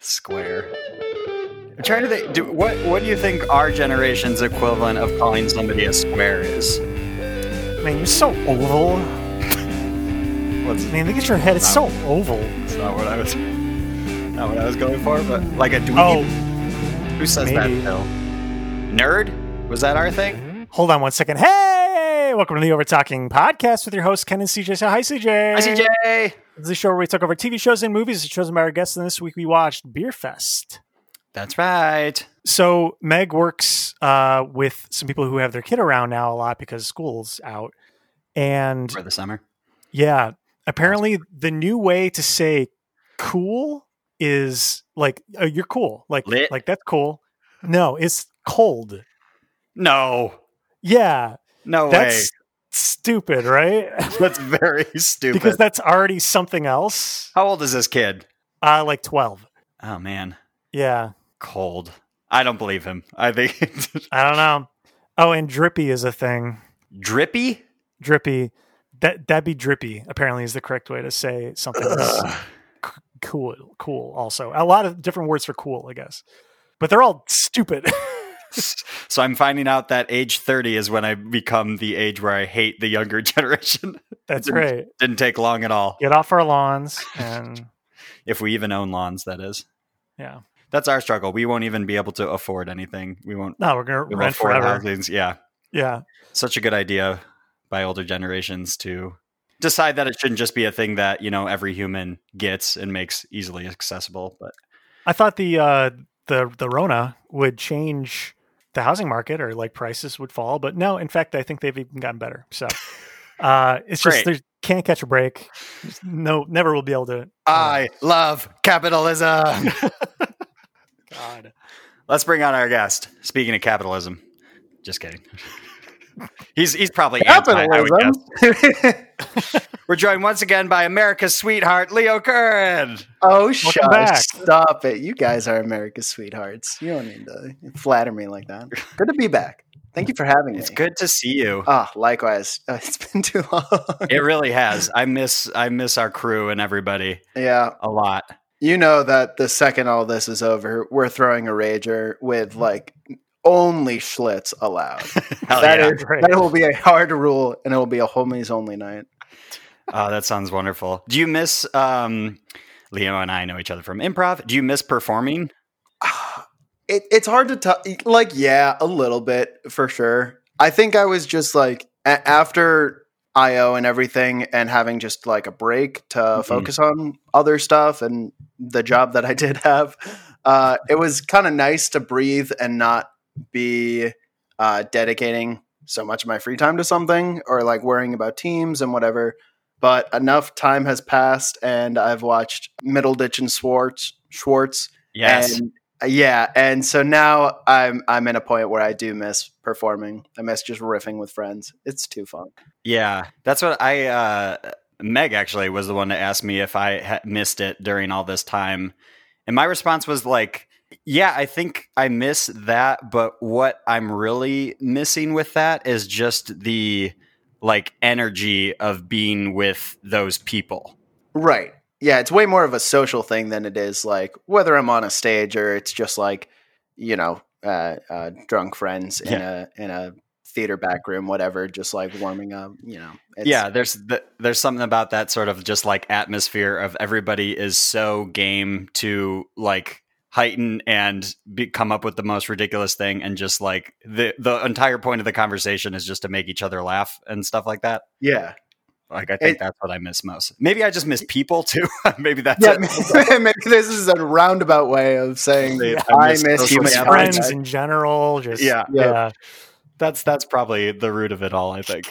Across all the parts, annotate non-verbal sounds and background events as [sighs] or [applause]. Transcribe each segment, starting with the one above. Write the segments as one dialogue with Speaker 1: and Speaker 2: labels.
Speaker 1: square. I'm trying to think. Do, what What do you think our generation's equivalent of calling somebody a square is?
Speaker 2: Man, you're so oval.
Speaker 1: What's
Speaker 2: Man, look at your head. It's so oval.
Speaker 1: That's not what I was. Not what I was going for, but like a dweeb.
Speaker 2: Oh,
Speaker 1: Who says
Speaker 2: maybe.
Speaker 1: that? Phil? Nerd? Was that our thing?
Speaker 2: hold on one second. Hey, welcome to the Over Talking Podcast with your host Ken and CJ. Say hi, CJ.
Speaker 1: Hi, CJ.
Speaker 2: This is the show where we talk over TV shows and movies chosen by our guests, and this week we watched Beer Fest.
Speaker 1: That's right.
Speaker 2: So Meg works uh, with some people who have their kid around now a lot because school's out, and
Speaker 1: For the summer.
Speaker 2: Yeah. Apparently, the new way to say cool is like oh, you're cool, like
Speaker 1: Lit?
Speaker 2: like that's cool. No, it's cold.
Speaker 1: No.
Speaker 2: Yeah,
Speaker 1: No
Speaker 2: that's stupid, right? [laughs]
Speaker 1: way. [laughs] That's very stupid.
Speaker 2: because that's already something else.
Speaker 1: How old is this kid?
Speaker 2: Uh like twelve.
Speaker 1: Oh man,
Speaker 2: Yeah,
Speaker 1: cold. I don't believe him. I think [laughs]
Speaker 2: I don't know. Oh, and drippy is a thing.
Speaker 1: drippy.
Speaker 2: Drippy, that that'd be drippy. Apparently, is the correct way to say something. that's
Speaker 1: Ugh.
Speaker 2: cool, cool. Also, a lot of different words for cool, I guess, but they're all stupid. [laughs]
Speaker 1: [laughs] So I'm finding out that age 30 is when I become the age where I hate the younger [laughs] generation.
Speaker 2: that's
Speaker 1: Didn't-
Speaker 2: right.
Speaker 1: Didn't take long at all.
Speaker 2: get off our lawns and
Speaker 1: If we even own lawns, that is.
Speaker 2: yeah
Speaker 1: That's our struggle. We won't even be able to afford anything. We won't
Speaker 2: no we're gonna
Speaker 1: be able to
Speaker 2: rent
Speaker 1: afford
Speaker 2: forever
Speaker 1: housings. Yeah.
Speaker 2: yeah
Speaker 1: Such a good idea by older generations to decide that it shouldn't just be a thing that, you know, every human gets and makes easily accessible. But
Speaker 2: i thought the uh the the rona would change the housing market or like prices would fall but no in fact i think they've even gotten better so uh it's just
Speaker 1: Great.
Speaker 2: there's can't catch a break There's no never will be able to uh,
Speaker 1: I love capitalism.
Speaker 2: god
Speaker 1: Let's bring on our guest. Speaking of capitalism, just kidding. [laughs] he's he's probably Anti, I would guess. We're joined once again by America's sweetheart, Leo Curran.
Speaker 3: oh, shut
Speaker 2: back.
Speaker 3: Stop it. You guys are America's sweethearts. You don't need to flatter me like that. Good to be back. Thank you for having
Speaker 1: It's
Speaker 3: me.
Speaker 1: good to see you.
Speaker 3: Ah, likewise. [laughs] Oh, it's been too long.
Speaker 1: It really has. I miss I miss our crew and everybody
Speaker 3: yeah.
Speaker 1: a
Speaker 3: [laughs]
Speaker 1: lot.
Speaker 3: You know that the second all this is over, we're throwing a rager
Speaker 1: Mm-hmm.
Speaker 3: with like only Schlitz allowed.
Speaker 1: [laughs] Hell
Speaker 3: That
Speaker 1: yeah.
Speaker 3: is- that will be a hard rule and it will be a homies only night.
Speaker 1: Oh, that sounds wonderful. Do you miss um Leo and I know each other from improv. Do you miss performing?
Speaker 3: Ah, [sighs] it, it's hard to tell. Like, yeah, a little bit for sure. I think I was just like a- after IO and everything, and having just like a break to
Speaker 1: Mhm.
Speaker 3: focus on other stuff and the job that I [laughs] did have. Uh, it was kind of nice to breathe and not be uh, dedicating so much of my free time to something or like worrying about teams and whatever. But enough time has passed, and I've watched Middleditch and Schwartz, Schwartz
Speaker 1: Yes.
Speaker 3: and, uh, yeah. And so now I'm I'm in a point where I do miss performing. I miss just riffing with friends. It's too fun.
Speaker 1: Yeah, that's what I. Uh, Meg actually was the one to ask me if I ha- missed it during all this time, and my response was like, "Yeah, I think I miss that, but what I'm really missing with that is just the like energy of being with those people."
Speaker 3: Right. Yeah, it's way more of a social thing than it is like whether I'm on a stage or it's just like, you know, uh, uh, drunk friends in a in a theater back room, whatever, just like warming up, you know. It's,
Speaker 1: yeah, there's th- there's something about that sort of just like atmosphere of everybody is so game to like heighten and be- come up with the most ridiculous thing and just like the the entire point of the conversation is just to make each other laugh and stuff like that.
Speaker 3: Yeah.
Speaker 1: Like I think
Speaker 3: It-
Speaker 1: that's what I miss most. Maybe I just miss people too. [laughs] Maybe that's
Speaker 3: Yeah,
Speaker 1: it.
Speaker 3: [laughs] maybe this is a roundabout way of saying
Speaker 1: They-
Speaker 3: I miss
Speaker 1: social
Speaker 3: human
Speaker 1: gatherings.
Speaker 2: friends
Speaker 3: friends.
Speaker 2: in general just
Speaker 1: Yeah.
Speaker 2: yeah,
Speaker 1: That's that's probably the root of it all. I
Speaker 3: [laughs]
Speaker 1: think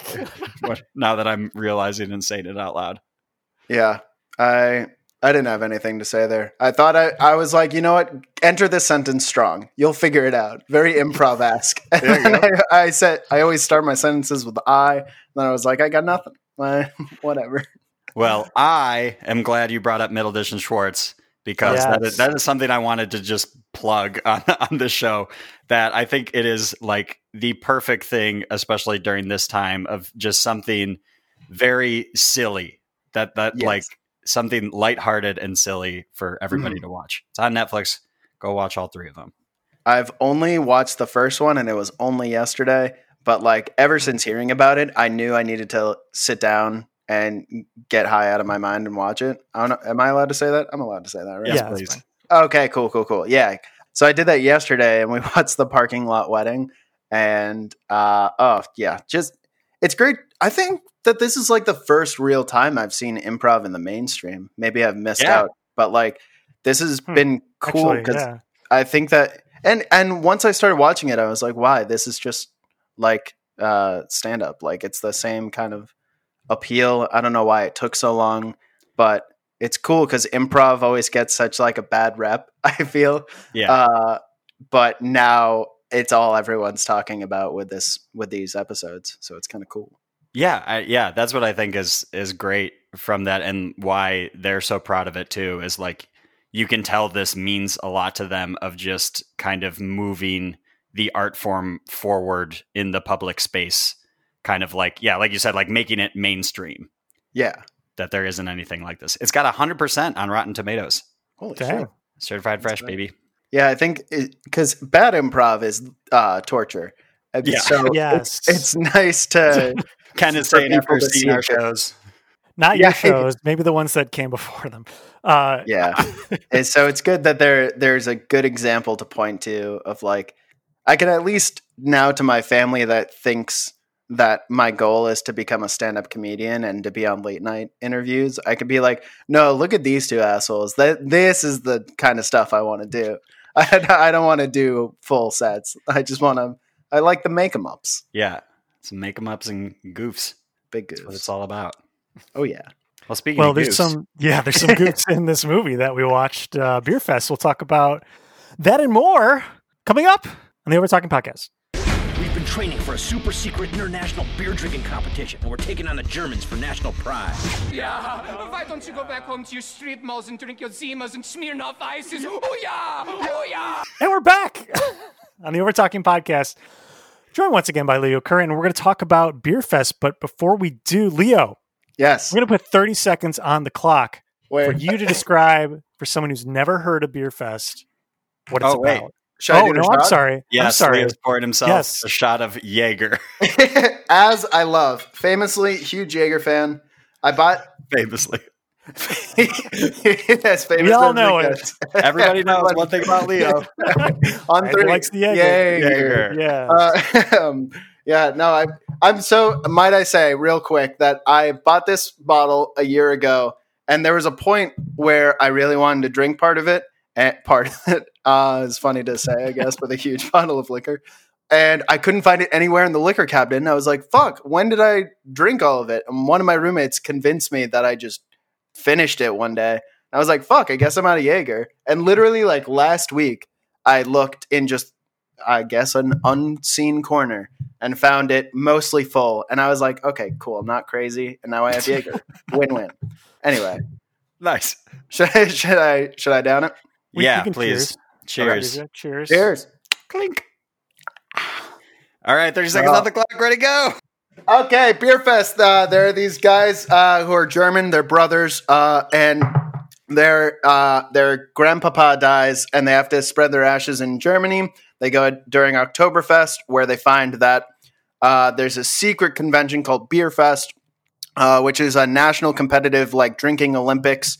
Speaker 1: now that I'm realizing and saying it out loud.
Speaker 3: Yeah. I I didn't have anything to say there. I thought I, I was like, you know what? Enter this sentence strong. You'll figure it out. Very improv [laughs] esque. And
Speaker 1: There you
Speaker 3: then I, I said I always start my sentences with I. And then I was like, I got nothing. I- [laughs] whatever.
Speaker 1: Well, I am glad you brought up Middle Dish and Schwartz because that, is,
Speaker 2: Yes.
Speaker 1: that is something I wanted to just plug [laughs] on, on this show. That I think it is like the perfect thing, especially during this time of just something very silly that that
Speaker 3: Yes.
Speaker 1: like something lighthearted and silly for everybody to watch. It's on Netflix. Go watch all three of them.
Speaker 3: I've only watched the first one and it was only yesterday, but like ever since hearing about it, I knew I needed to sit down and get high out of my mind and watch it. I don't know, am I allowed to say that? I'm allowed to say that, right?
Speaker 2: yeah, that's
Speaker 1: please.
Speaker 2: fine.
Speaker 3: Okay, cool, cool, cool. Yeah. So I did that yesterday and we [laughs] watched the parking lot wedding and uh oh yeah, just it's great. I think that this is like the first real time I've seen improv in the mainstream. Maybe I've missed
Speaker 1: Yeah.
Speaker 3: out, but like this has
Speaker 2: Hmm.
Speaker 3: been cool
Speaker 2: Actually,
Speaker 3: cuz
Speaker 2: yeah.
Speaker 3: I think that and and once I started watching it I was like, "Why? This is just like uh stand up. Like it's the same kind of appeal. I don't know why it took so long, but it's cool cuz improv always gets such like a bad rep, [laughs] I feel.
Speaker 1: Yeah.
Speaker 3: Uh but now it's all everyone's talking about with this with these episodes. So it's kind of cool.
Speaker 1: Yeah, I, yeah, that's what I think is is great from that, and why they're so proud of it too. Is like you can tell this means a lot to them of just kind of moving the art form forward in the public space, kind of like yeah, like you said, like making it mainstream.
Speaker 3: Yeah.
Speaker 1: That there isn't anything like this. It's got hundred percent on Rotten Tomatoes,
Speaker 3: Holy
Speaker 2: Dang.
Speaker 1: certified
Speaker 3: That's
Speaker 1: fresh,
Speaker 3: right. [laughs]
Speaker 1: baby.
Speaker 3: Yeah, I think because bad improv is uh, torture. And
Speaker 1: Yeah.
Speaker 3: So
Speaker 2: [laughs] Yes.
Speaker 3: it's, it's nice to
Speaker 1: Kind of
Speaker 3: For
Speaker 1: saying after
Speaker 3: people to
Speaker 1: seeing our
Speaker 3: see it.
Speaker 1: shows.
Speaker 2: Not
Speaker 3: Yeah.
Speaker 2: your shows, maybe the ones that came before them. Uh,
Speaker 3: yeah and so it's good that there there's a good example to point to of like i can at least now to my family that thinks that my goal is to become a stand-up comedian and to be on late night interviews i could be like no look at these two assholes that this is the kind of stuff i want to do [laughs] i, I don't want to do full sets i just want to i like the make 'em ups
Speaker 1: Yeah, some make 'em ups and goofs.
Speaker 3: big
Speaker 1: That's what
Speaker 3: goose
Speaker 1: it's all about.
Speaker 3: oh yeah
Speaker 1: Well, speaking
Speaker 2: well,
Speaker 1: of
Speaker 2: there's
Speaker 1: goofs,
Speaker 2: some yeah, there's some goofs in this movie that we watched uh, Beer Fest. We'll talk about that and more coming up on the Over Talking podcast.
Speaker 4: We've been training for a super secret international beer drinking competition, and we're taking on the Germans for national pride.
Speaker 5: Yeah, why don't you go back home to your street malls and drink your Zimas and Smirnoff ices? Oh yeah, oh yeah.
Speaker 2: And we're back [laughs] on the Over Talking podcast, joined once again by Leo Curran. And we're going to talk about Beer Fest. But before we do, Leo,
Speaker 3: yes
Speaker 2: we're going to put 30 seconds on the clock for
Speaker 3: wait
Speaker 2: you to describe for someone who's never heard of Beer Fest what it's
Speaker 1: Oh, wait.
Speaker 2: about.
Speaker 3: should I
Speaker 2: oh
Speaker 3: do the
Speaker 2: no, I'm
Speaker 3: shot?
Speaker 2: sorry.
Speaker 1: Yes,
Speaker 2: I'm sorry.
Speaker 1: Leo's poured himself
Speaker 2: Yes.
Speaker 1: a shot of Jaeger. [laughs]
Speaker 3: [laughs] as I love, famously huge Jaeger fan. I bought. [laughs]
Speaker 1: famously.
Speaker 3: yes, famous
Speaker 2: We all
Speaker 3: as
Speaker 2: know
Speaker 3: gets. [laughs]
Speaker 1: Everybody knows one thing about Leo.
Speaker 3: On
Speaker 2: Everyone
Speaker 3: three,
Speaker 2: likes the Jaeger.
Speaker 3: Jaeger.
Speaker 2: Yeah.
Speaker 3: Uh, [laughs] um, yeah, no, I, I'm so. Might I say, real quick, that I bought this bottle a year ago, and there was a point where I really wanted to drink part of it. And part of it [laughs] uh, is funny to say, I guess, with a huge [laughs] bottle of liquor, and I couldn't find it anywhere in the liquor cabinet. And I was like, "Fuck! When did I drink all of it?" And one of my roommates convinced me that I just finished it one day. I was like, "Fuck! I guess I'm out of Jaeger." And literally, like last week, I looked in just I guess an unseen corner and found it mostly full. And I was like, okay, cool, I'm not crazy. And now I have Jaeger. win win. Anyway, [laughs]
Speaker 1: Nice.
Speaker 3: should I should I should I down it?
Speaker 2: We-
Speaker 1: yeah,
Speaker 2: you can
Speaker 1: please. Cheers.
Speaker 2: Cheers. Cheers.
Speaker 3: Cheers.
Speaker 1: Clink. All right, 30 seconds
Speaker 3: Oh.
Speaker 1: off the clock. Ready to go.
Speaker 3: Okay, beer fest. Uh, there are these guys uh, who are German. They're brothers, uh, and their uh, their grandpapa dies, and they have to spread their ashes in Germany. They go during Oktoberfest, where they find that uh, there's a secret convention called Beer Fest, uh, which is a national competitive like drinking Olympics,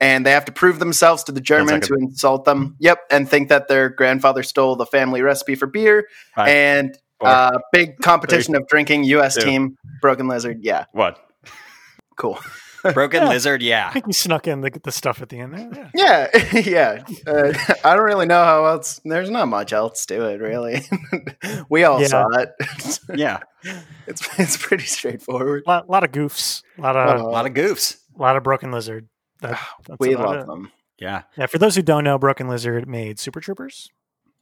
Speaker 3: and they have to prove themselves to the Germans
Speaker 1: like a-
Speaker 3: who insult them. Yep, and think that their grandfather stole the family recipe for beer,
Speaker 1: Five,
Speaker 3: and
Speaker 1: four,
Speaker 3: uh,
Speaker 1: [laughs]
Speaker 3: big competition of drinking. U.S.
Speaker 1: two.
Speaker 3: team, Broken Lizard. Yeah,
Speaker 1: What?
Speaker 3: cool.
Speaker 1: [laughs] Broken
Speaker 2: Yeah.
Speaker 1: lizard,
Speaker 2: I
Speaker 1: [laughs] yeah.
Speaker 2: think we snuck in the, the stuff at the end there. Yeah.
Speaker 3: Yeah, [laughs] yeah. Uh, I don't really know how else. There's not much else to it, really. [laughs] we all
Speaker 2: Yeah.
Speaker 3: saw it. [laughs]
Speaker 1: Yeah.
Speaker 3: it's it's pretty straightforward.
Speaker 2: A lot, lot of goofs. A lot of
Speaker 1: A
Speaker 3: Uh,
Speaker 1: lot of goofs.
Speaker 2: lot of Broken Lizard. That, that's
Speaker 3: Ah, we
Speaker 2: about
Speaker 3: love
Speaker 2: it.
Speaker 3: them.
Speaker 1: Yeah.
Speaker 2: Yeah, for those who don't know, Broken Lizard made Super Troopers.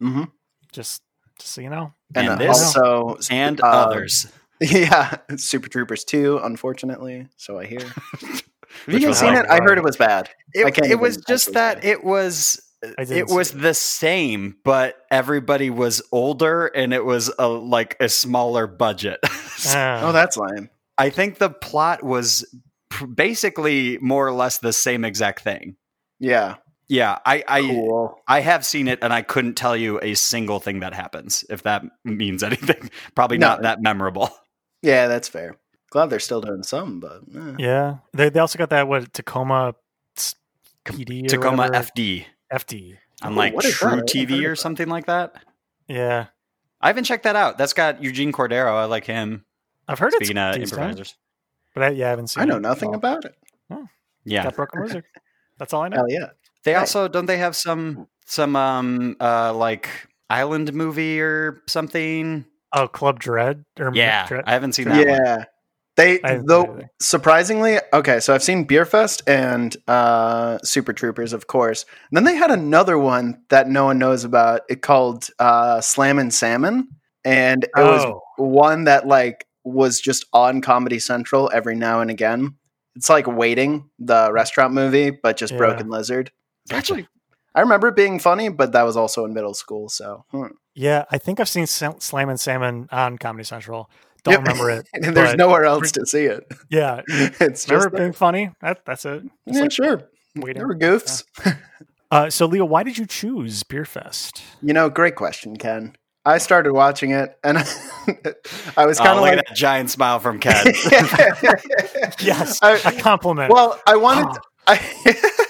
Speaker 3: hmm
Speaker 2: Just, just so you know.
Speaker 1: And
Speaker 3: And, uh,
Speaker 1: this
Speaker 3: also
Speaker 1: and
Speaker 3: uh,
Speaker 1: others.
Speaker 3: [laughs] Yeah, Super Troopers two. Unfortunately,
Speaker 1: [laughs]
Speaker 3: so I hear. Have you
Speaker 1: Which
Speaker 3: guys
Speaker 1: was
Speaker 3: seen
Speaker 1: like-
Speaker 3: it? I heard it was bad. I
Speaker 1: It,
Speaker 3: can't
Speaker 1: it was
Speaker 3: even
Speaker 1: just
Speaker 3: actually
Speaker 1: that
Speaker 3: say.
Speaker 1: it was
Speaker 2: I didn't
Speaker 1: it
Speaker 2: see
Speaker 1: was
Speaker 2: it.
Speaker 1: the same, but everybody was older and it was a like a smaller budget. [laughs] So
Speaker 2: Uh,
Speaker 3: Oh, that's lame.
Speaker 1: I think the plot was pr- basically more or less the same exact thing.
Speaker 3: Yeah.
Speaker 1: Yeah, I I,
Speaker 3: Cool.
Speaker 1: I have seen it, and I couldn't tell you a single thing that happens. If that means [laughs] anything, probably
Speaker 3: No.
Speaker 1: not that memorable.
Speaker 3: Yeah, that's fair. Glad they're still doing some, but eh.
Speaker 2: Yeah, they they also got that what Tacoma s- PD or
Speaker 1: Tacoma
Speaker 2: whatever,
Speaker 1: FD
Speaker 2: FD.
Speaker 1: on
Speaker 3: Ooh,
Speaker 1: like
Speaker 3: what is that? I
Speaker 1: True
Speaker 3: haven't heard
Speaker 1: TV
Speaker 3: of
Speaker 1: or
Speaker 3: that.
Speaker 1: something like that.
Speaker 2: Yeah,
Speaker 1: I haven't checked that out. That's got Eugene Cordero. I like him.
Speaker 2: I've heard
Speaker 1: Speaking
Speaker 2: it's
Speaker 1: of
Speaker 2: decent,
Speaker 1: improvisers,
Speaker 2: but I, yeah, I haven't seen.
Speaker 3: I
Speaker 2: it
Speaker 3: know
Speaker 2: at
Speaker 3: nothing
Speaker 2: all.
Speaker 3: about it.
Speaker 1: yeah.
Speaker 2: That Broken
Speaker 3: [laughs]
Speaker 2: Wizard. That's all I know.
Speaker 3: Hell yeah.
Speaker 1: They
Speaker 3: Right.
Speaker 1: also don't they have some some um uh like island movie or something?
Speaker 2: Oh, Club Dread or
Speaker 1: Yeah,
Speaker 2: Dread?
Speaker 1: I haven't seen that one.
Speaker 3: Yeah. They
Speaker 2: I haven't seen it
Speaker 3: though
Speaker 2: either.
Speaker 3: surprisingly okay. So I've seen Beerfest and uh, Super Troopers, of course. And then they had another one that no one knows about. It called uh, Slam and Salmon, and it was
Speaker 2: Oh.
Speaker 3: one that like was just on Comedy Central every now and again. It's like Waiting, the restaurant movie, but just
Speaker 2: Yeah.
Speaker 3: Broken Lizard.
Speaker 1: Actually,
Speaker 3: I remember it being funny, but that was also in middle school. So hmm. [laughs]
Speaker 2: yeah, I think I've seen Sal- Slam and Salmon on Comedy Central. Don't
Speaker 3: Yep.
Speaker 2: remember
Speaker 3: [laughs]
Speaker 2: it.
Speaker 3: and there's
Speaker 2: but-
Speaker 3: nowhere else to see it. [laughs]
Speaker 2: Yeah,
Speaker 3: it's
Speaker 2: remember
Speaker 3: just
Speaker 2: it being funny? That that's it. It's
Speaker 3: yeah,
Speaker 2: like
Speaker 3: sure. There
Speaker 2: waiting.
Speaker 3: were goofs.
Speaker 2: Uh, so Leo, why did you choose Beerfest?
Speaker 3: You know, great question, Ken. I started watching it and [laughs] I was
Speaker 1: oh,
Speaker 3: kind of
Speaker 1: look
Speaker 3: like,
Speaker 1: at that giant smile from
Speaker 2: [laughs]
Speaker 1: Ken.
Speaker 3: [laughs]
Speaker 2: Yes,
Speaker 3: I-
Speaker 2: a compliment.
Speaker 3: well, I wanted, I,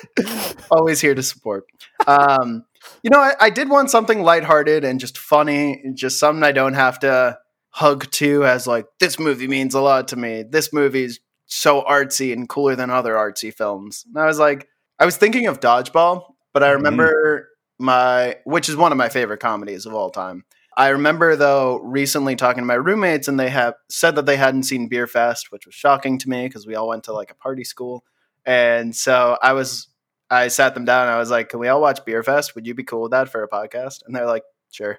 Speaker 3: [laughs] always here to support. Um, you know, I, I did want something lighthearted and just funny, just something I don't have to hug to as like, this movie means a lot to me. This movie's so artsy and cooler than other artsy films. And I was like, I was thinking of Dodgeball, but I remember my, which is one of my favorite comedies of all time. I remember though recently talking to my roommates, and they have said that they hadn't seen Beer Fest, which was shocking to me because we all went to like a party school. And so I was, I sat them down. And I was like, "Can we all watch Beer Fest? Would you be cool with that for a podcast?" And they're like, "Sure."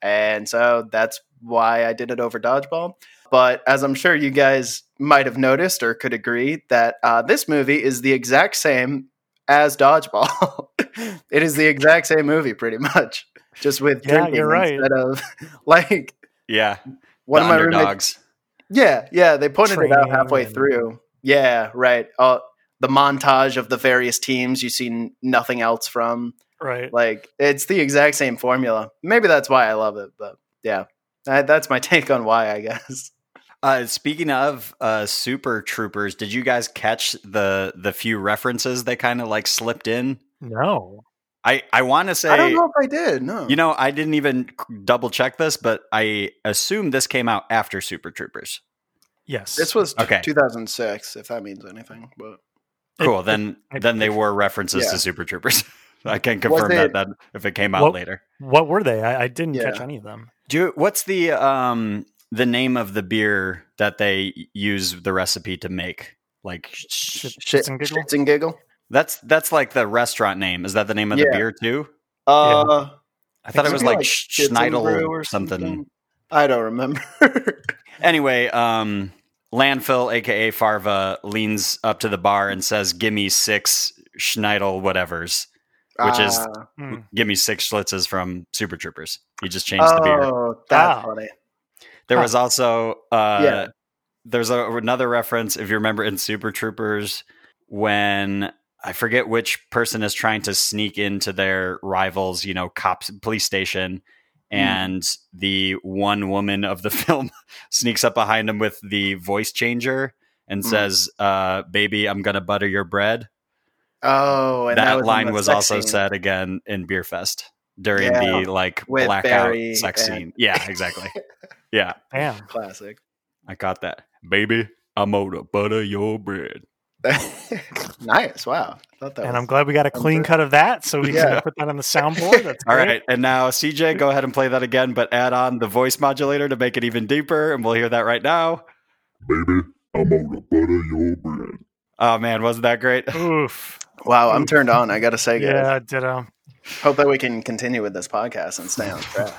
Speaker 3: And so that's why I did it over Dodgeball. But as I'm sure you guys might have noticed or could agree, that uh, this movie is the exact same as Dodgeball. [laughs] it is the exact same movie, pretty much, just with
Speaker 2: Yeah,
Speaker 3: drinking
Speaker 2: you're right.
Speaker 3: instead of [laughs] like
Speaker 1: yeah,
Speaker 3: one
Speaker 1: the
Speaker 3: of my roommates.
Speaker 1: underdogs.
Speaker 3: Yeah, yeah, they pointed it out
Speaker 2: Training
Speaker 3: halfway
Speaker 2: and-
Speaker 3: through. Yeah, right. Uh, the montage of the various teams you see n- nothing else from.
Speaker 2: right.
Speaker 3: Like it's the exact same formula. Maybe that's why I love it. But yeah, I, that's my [laughs] take on why. I guess.
Speaker 1: Uh, speaking of uh, Super Troopers, did you guys catch the the few references they kind of like slipped in?
Speaker 2: No.
Speaker 1: I I want to say
Speaker 3: I don't know if I did. No.
Speaker 1: You know, I didn't even double check this, but I assume this came out after Super Troopers.
Speaker 2: Yes.
Speaker 3: this was t-
Speaker 1: Okay.
Speaker 3: 2006, if that means anything. But
Speaker 2: It-
Speaker 1: Cool. Then
Speaker 2: I-
Speaker 1: then they were references
Speaker 3: Yeah.
Speaker 1: to Super Troopers. [laughs] I can
Speaker 3: Was
Speaker 1: confirm that
Speaker 3: it-
Speaker 1: then if it came out
Speaker 2: What-
Speaker 1: later.
Speaker 2: What were they? I, I didn't
Speaker 3: Yeah.
Speaker 2: catch any of them.
Speaker 1: Do you, what's the um the name of the beer that they use the recipe to make? Like
Speaker 2: Shit,
Speaker 3: shit,
Speaker 2: shits and giggle.
Speaker 3: shits and giggle.
Speaker 1: that's that's like the restaurant name. Is that the name of the
Speaker 3: Yeah.
Speaker 1: beer too?
Speaker 3: Uh,
Speaker 1: I thought it
Speaker 3: Isn't
Speaker 1: was
Speaker 3: it
Speaker 1: like,
Speaker 3: like
Speaker 1: Sch
Speaker 3: shits and
Speaker 1: Schneidel
Speaker 3: brew
Speaker 1: or something.
Speaker 3: I don't
Speaker 1: [laughs]
Speaker 3: remember.
Speaker 1: Anyway, um, landfill, aka Farva, leans up to the bar and says, "Give me six Schneidel whatever's." Which is-
Speaker 3: Ah,
Speaker 2: Mm.
Speaker 1: give me six schlitzes from Super Troopers. He just changed the beer.
Speaker 3: oh, that's
Speaker 2: Ah.
Speaker 3: funny.
Speaker 1: There was also uh,
Speaker 3: Yeah.
Speaker 1: there's a, another reference if you remember in Super Troopers when I forget which person is trying to sneak into their rivals, you know, cops police station.
Speaker 3: Hmm.
Speaker 1: And the one woman of the [laughs] film sneaks up behind him with the voice changer and
Speaker 3: Mm.
Speaker 1: says, uh, "Baby, I'm gonna butter your bread."
Speaker 3: Oh, and
Speaker 1: that,
Speaker 3: that, was in
Speaker 1: line
Speaker 3: the
Speaker 1: was
Speaker 3: sex
Speaker 1: also
Speaker 3: scene.
Speaker 1: said again in Beer Fest during
Speaker 3: Yeah.
Speaker 1: the like
Speaker 3: With
Speaker 1: blackout
Speaker 3: Barry
Speaker 1: sex
Speaker 3: and-
Speaker 1: scene. Yeah, exactly. yeah,
Speaker 2: Damn.
Speaker 3: Classic. [laughs]
Speaker 1: I got that. Baby, I'm gonna butter your bread.
Speaker 3: nice. Wow. I thought that
Speaker 2: And
Speaker 3: was-
Speaker 2: I'm glad we got a clean cut of that, so we
Speaker 3: Yeah.
Speaker 2: can put that on the soundboard. That's
Speaker 1: All
Speaker 2: great.
Speaker 1: right, and now CJ, go ahead and play that again, but add on the voice modulator to make it even deeper, and we'll hear that right now.
Speaker 6: Baby, I'm on the butter your bread.
Speaker 1: Oh man, wasn't that great? [laughs]
Speaker 2: Oof.
Speaker 3: wow, I'm turned on. [laughs] I got to say, guys.
Speaker 2: Yeah. Ditto.
Speaker 3: Hope that we can continue with this podcast and stay on track.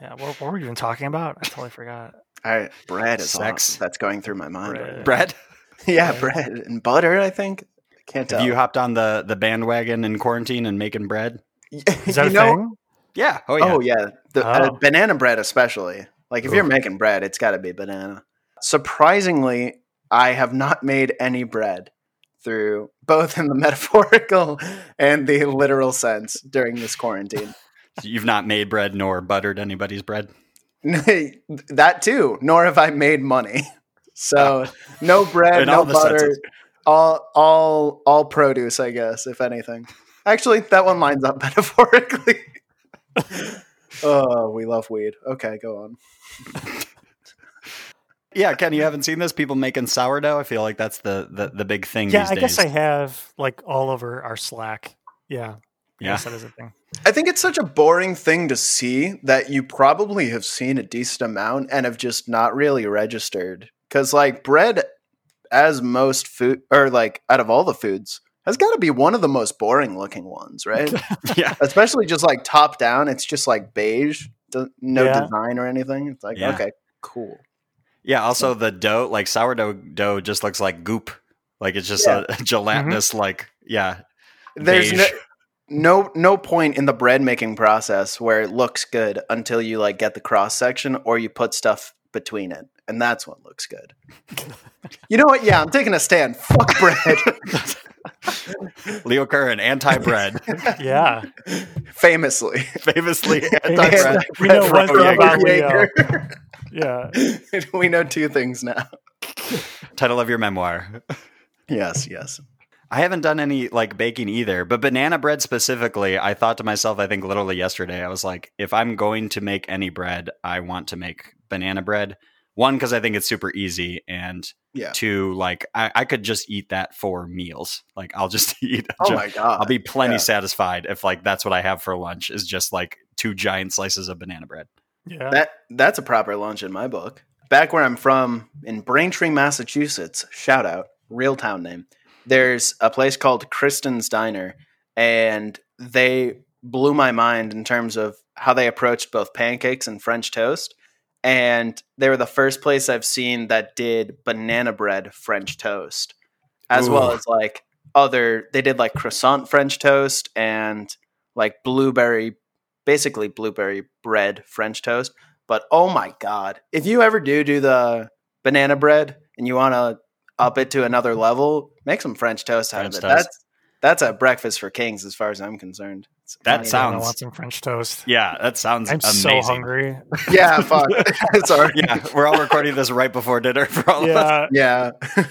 Speaker 2: Yeah. What, what were we even talking about? I totally forgot.
Speaker 3: All right. Bread is
Speaker 1: Sex.
Speaker 3: sex. That's going through my mind.
Speaker 2: Bread.
Speaker 1: Brad,
Speaker 3: [laughs] Yeah, bread and butter, I think. I can't tell.
Speaker 1: have you hopped on the the bandwagon in quarantine and making bread?
Speaker 2: Is that a
Speaker 3: [laughs] You know-
Speaker 2: thing?
Speaker 1: Yeah. Oh yeah.
Speaker 3: Oh, yeah. The, uh,
Speaker 2: Oh.
Speaker 3: banana bread, especially. Like, if you're making bread, it's got to be banana. Surprisingly, I have not made any bread through both in the [laughs] metaphorical and the literal sense during this quarantine.
Speaker 1: You've not made bread nor buttered anybody's bread.
Speaker 3: that too, nor have I made money. [laughs] So no bread,
Speaker 1: In
Speaker 3: no
Speaker 1: all the
Speaker 3: butter,
Speaker 1: senses.
Speaker 3: all all all produce, I guess, if anything. Actually, that one lines up
Speaker 1: [laughs]
Speaker 3: [laughs] metaphorically. oh, we love weed. Okay, go on.
Speaker 1: Yeah, Ken, you haven't seen this. People making sourdough. I feel like that's the the, the big thing.
Speaker 2: Yeah,
Speaker 1: these
Speaker 2: I
Speaker 1: days.
Speaker 2: guess I have like all over our Slack. Yeah. I
Speaker 1: Yeah.
Speaker 2: guess that is a thing.
Speaker 3: I think it's such a boring thing to see that you probably have seen a decent amount and have just not really registered. Because, like, bread, as most food, or like out of all the foods, has got to be one of the most boring looking
Speaker 1: [laughs]
Speaker 3: ones, right?
Speaker 1: yeah.
Speaker 3: Especially just like top down, it's just like beige, do- no
Speaker 2: Yeah.
Speaker 3: design or anything. It's like,
Speaker 1: Yeah.
Speaker 3: okay, cool.
Speaker 1: Yeah. Also, the dough, like sourdough dough, just looks like goop. Like it's just a [laughs] gelatinous, like yeah.
Speaker 3: There's no,
Speaker 1: beige.
Speaker 3: no no point in the bread making process where it looks good until you like get the cross section or you put stuff between it, and that's what looks good. you know what? Yeah, I'm taking a stand. Fuck bread.
Speaker 1: Leo Curran anti bread,
Speaker 3: [laughs]
Speaker 2: Yeah.
Speaker 1: [laughs]
Speaker 3: Famously, [laughs]
Speaker 1: famously anti
Speaker 2: Famously.
Speaker 1: bread.
Speaker 2: We know one
Speaker 1: thing
Speaker 2: about Leo.
Speaker 3: Jaeger.
Speaker 2: Yeah.
Speaker 3: [laughs] we know two things now.
Speaker 1: Title of your memoir.
Speaker 3: Yes, yes.
Speaker 1: I haven't done any like baking either, but banana bread specifically, I thought to myself, I think literally yesterday, I was like, if I'm going to make any bread, I want to make banana bread. One, because I think it's super easy, and
Speaker 3: Yeah.
Speaker 1: two, like I, I could just eat that for meals. Like I'll just [laughs] eat. a
Speaker 3: Oh
Speaker 1: gi-
Speaker 3: my god.
Speaker 1: I'll be plenty
Speaker 3: yeah.
Speaker 1: satisfied if like that's what I have for lunch is just like two giant slices of banana bread.
Speaker 2: Yeah.
Speaker 3: That that's a proper lunch in my book. Back where I'm from in Braintree, Massachusetts, shout out, real town name. There's a place called Kristen's Diner and they blew my mind in terms of how they approached both pancakes and french toast and they were the first place I've seen that did banana bread french toast as
Speaker 1: Ooh.
Speaker 3: well as like other they did like croissant french toast and like blueberry basically blueberry bread french toast but oh my god if you ever do do the banana bread and you want to up it to another level make some french toast out
Speaker 1: French
Speaker 3: of it
Speaker 1: toast.
Speaker 3: that's that's a breakfast for kings as far as i'm concerned It's
Speaker 1: That
Speaker 3: amazing.
Speaker 2: I
Speaker 1: sounds-
Speaker 2: want some French toast.
Speaker 1: Yeah, that sounds
Speaker 2: I'm
Speaker 1: amazing.
Speaker 2: so hungry.
Speaker 3: [laughs]
Speaker 2: [laughs]
Speaker 1: [laughs]
Speaker 3: yeah fuck [laughs] sorry
Speaker 1: yeah, we're all recording this right before dinner for all of us.
Speaker 2: Yeah.
Speaker 3: yeah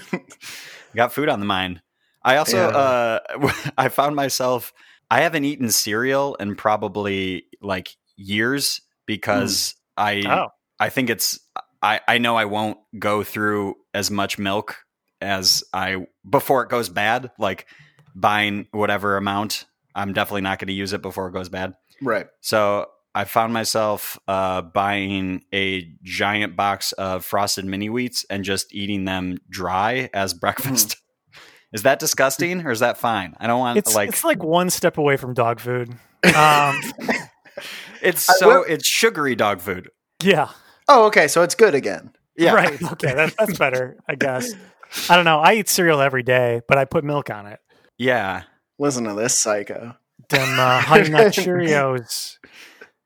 Speaker 1: Got food on the mind. I also uh, [laughs] I found myself I haven't eaten cereal in probably like years because I
Speaker 2: Oh.
Speaker 1: I think it's I I know I won't go through as much milk as I before it goes bad. Like buying whatever amount, I'm definitely not going to use it before it goes bad.
Speaker 3: right
Speaker 1: So I found myself uh, buying a giant box of frosted mini wheats and just eating them dry as
Speaker 2: Mm-hmm.
Speaker 1: breakfast. [laughs] Is that disgusting or is that fine? I don't want
Speaker 2: It's
Speaker 1: like
Speaker 2: it's
Speaker 1: it's,
Speaker 2: like one step away from dog food. Um,
Speaker 3: I
Speaker 1: so
Speaker 3: will-
Speaker 1: it's sugary dog food.
Speaker 2: yeah.
Speaker 3: oh okay so it's good again
Speaker 1: Yeah.
Speaker 2: Right. Okay. That, that's better, I guess. I don't know. I eat cereal every day, but I put milk on it.
Speaker 1: Yeah.
Speaker 3: listen to this psycho
Speaker 2: Them uh, Honey Nut Cheerios,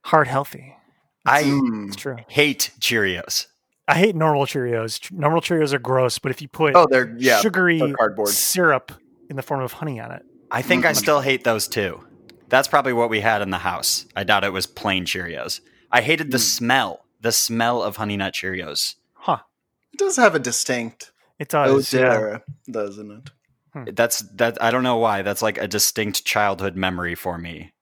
Speaker 2: heart healthy.
Speaker 1: I
Speaker 3: Mm.
Speaker 2: It's true.
Speaker 1: hate Cheerios.
Speaker 2: I hate normal Cheerios. Ch- Normal Cheerios are gross, but if you put
Speaker 3: oh they're yeah
Speaker 2: sugary
Speaker 3: they're cardboard.
Speaker 2: syrup in the form of honey on it,
Speaker 1: I think I still hate those too. That's probably what we had in the house. I doubt it was plain Cheerios. I hated the smell, the smell of Honey Nut Cheerios.
Speaker 2: huh?
Speaker 3: it does have a distinct
Speaker 2: It does. yeah.
Speaker 3: odor, doesn't it
Speaker 1: That's that. I don't know why. That's like a distinct childhood memory for me.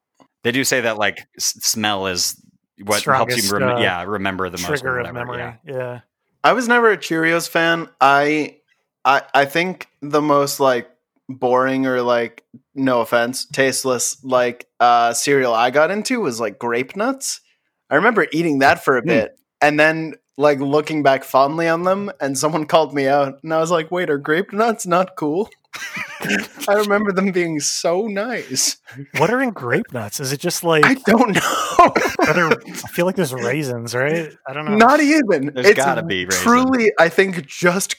Speaker 1: They do say that like s- smell is what helps
Speaker 2: Strongest,
Speaker 1: you, rem-
Speaker 2: uh,
Speaker 1: yeah, remember the most. or
Speaker 2: Trigger of
Speaker 1: whatever,
Speaker 2: memory.
Speaker 1: yeah.
Speaker 2: Yeah.
Speaker 3: I was never a Cheerios fan. I I I think the most like boring or like no offense, tasteless like uh cereal I got into was like grape nuts. I remember eating that for a bit and then like looking back fondly on them and someone [laughs] called me out and I was like, "Wait, are grape nuts not cool?" [laughs] I remember them being so nice.
Speaker 2: What are in grape nuts? Is it just like
Speaker 3: I don't [laughs] know.
Speaker 2: are there, [laughs] I feel like there's raisins, right? I don't know.
Speaker 3: Not even.
Speaker 1: There's gotta be raisin.
Speaker 3: truly, I think just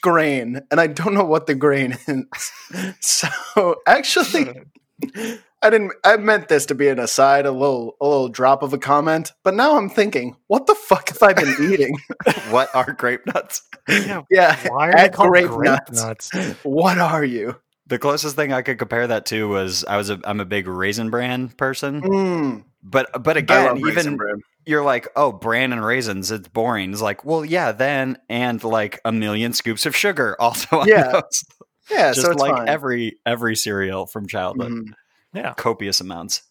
Speaker 1: [laughs]
Speaker 3: [laughs] grain, and I don't know what the grain is. so actually, I didn't. I meant this to be an aside, a little, a little drop of a comment. But now I'm thinking, what the fuck have
Speaker 1: [laughs]
Speaker 3: I been eating?
Speaker 1: what are grape nuts?
Speaker 2: Yeah.
Speaker 3: yeah,
Speaker 2: Why are they
Speaker 3: At
Speaker 2: called
Speaker 3: grape
Speaker 2: grape, nuts?
Speaker 3: nuts. what
Speaker 1: [laughs]
Speaker 3: are you?
Speaker 1: The closest thing I could compare that to was I was a, I'm a big raisin bran person,
Speaker 3: Mm,
Speaker 1: but but
Speaker 3: I
Speaker 1: again,
Speaker 3: love
Speaker 1: even
Speaker 3: raisin bread.
Speaker 1: you're like, oh, bran and raisins, it's boring. It's like, well, yeah, then and like a million scoops of sugar [laughs] also. on
Speaker 3: Yeah,
Speaker 1: those.
Speaker 3: Yeah,
Speaker 1: just
Speaker 3: so it's
Speaker 1: like
Speaker 3: fine.
Speaker 1: every every cereal from childhood,
Speaker 3: Mhm.
Speaker 2: Yeah.
Speaker 1: copious amounts.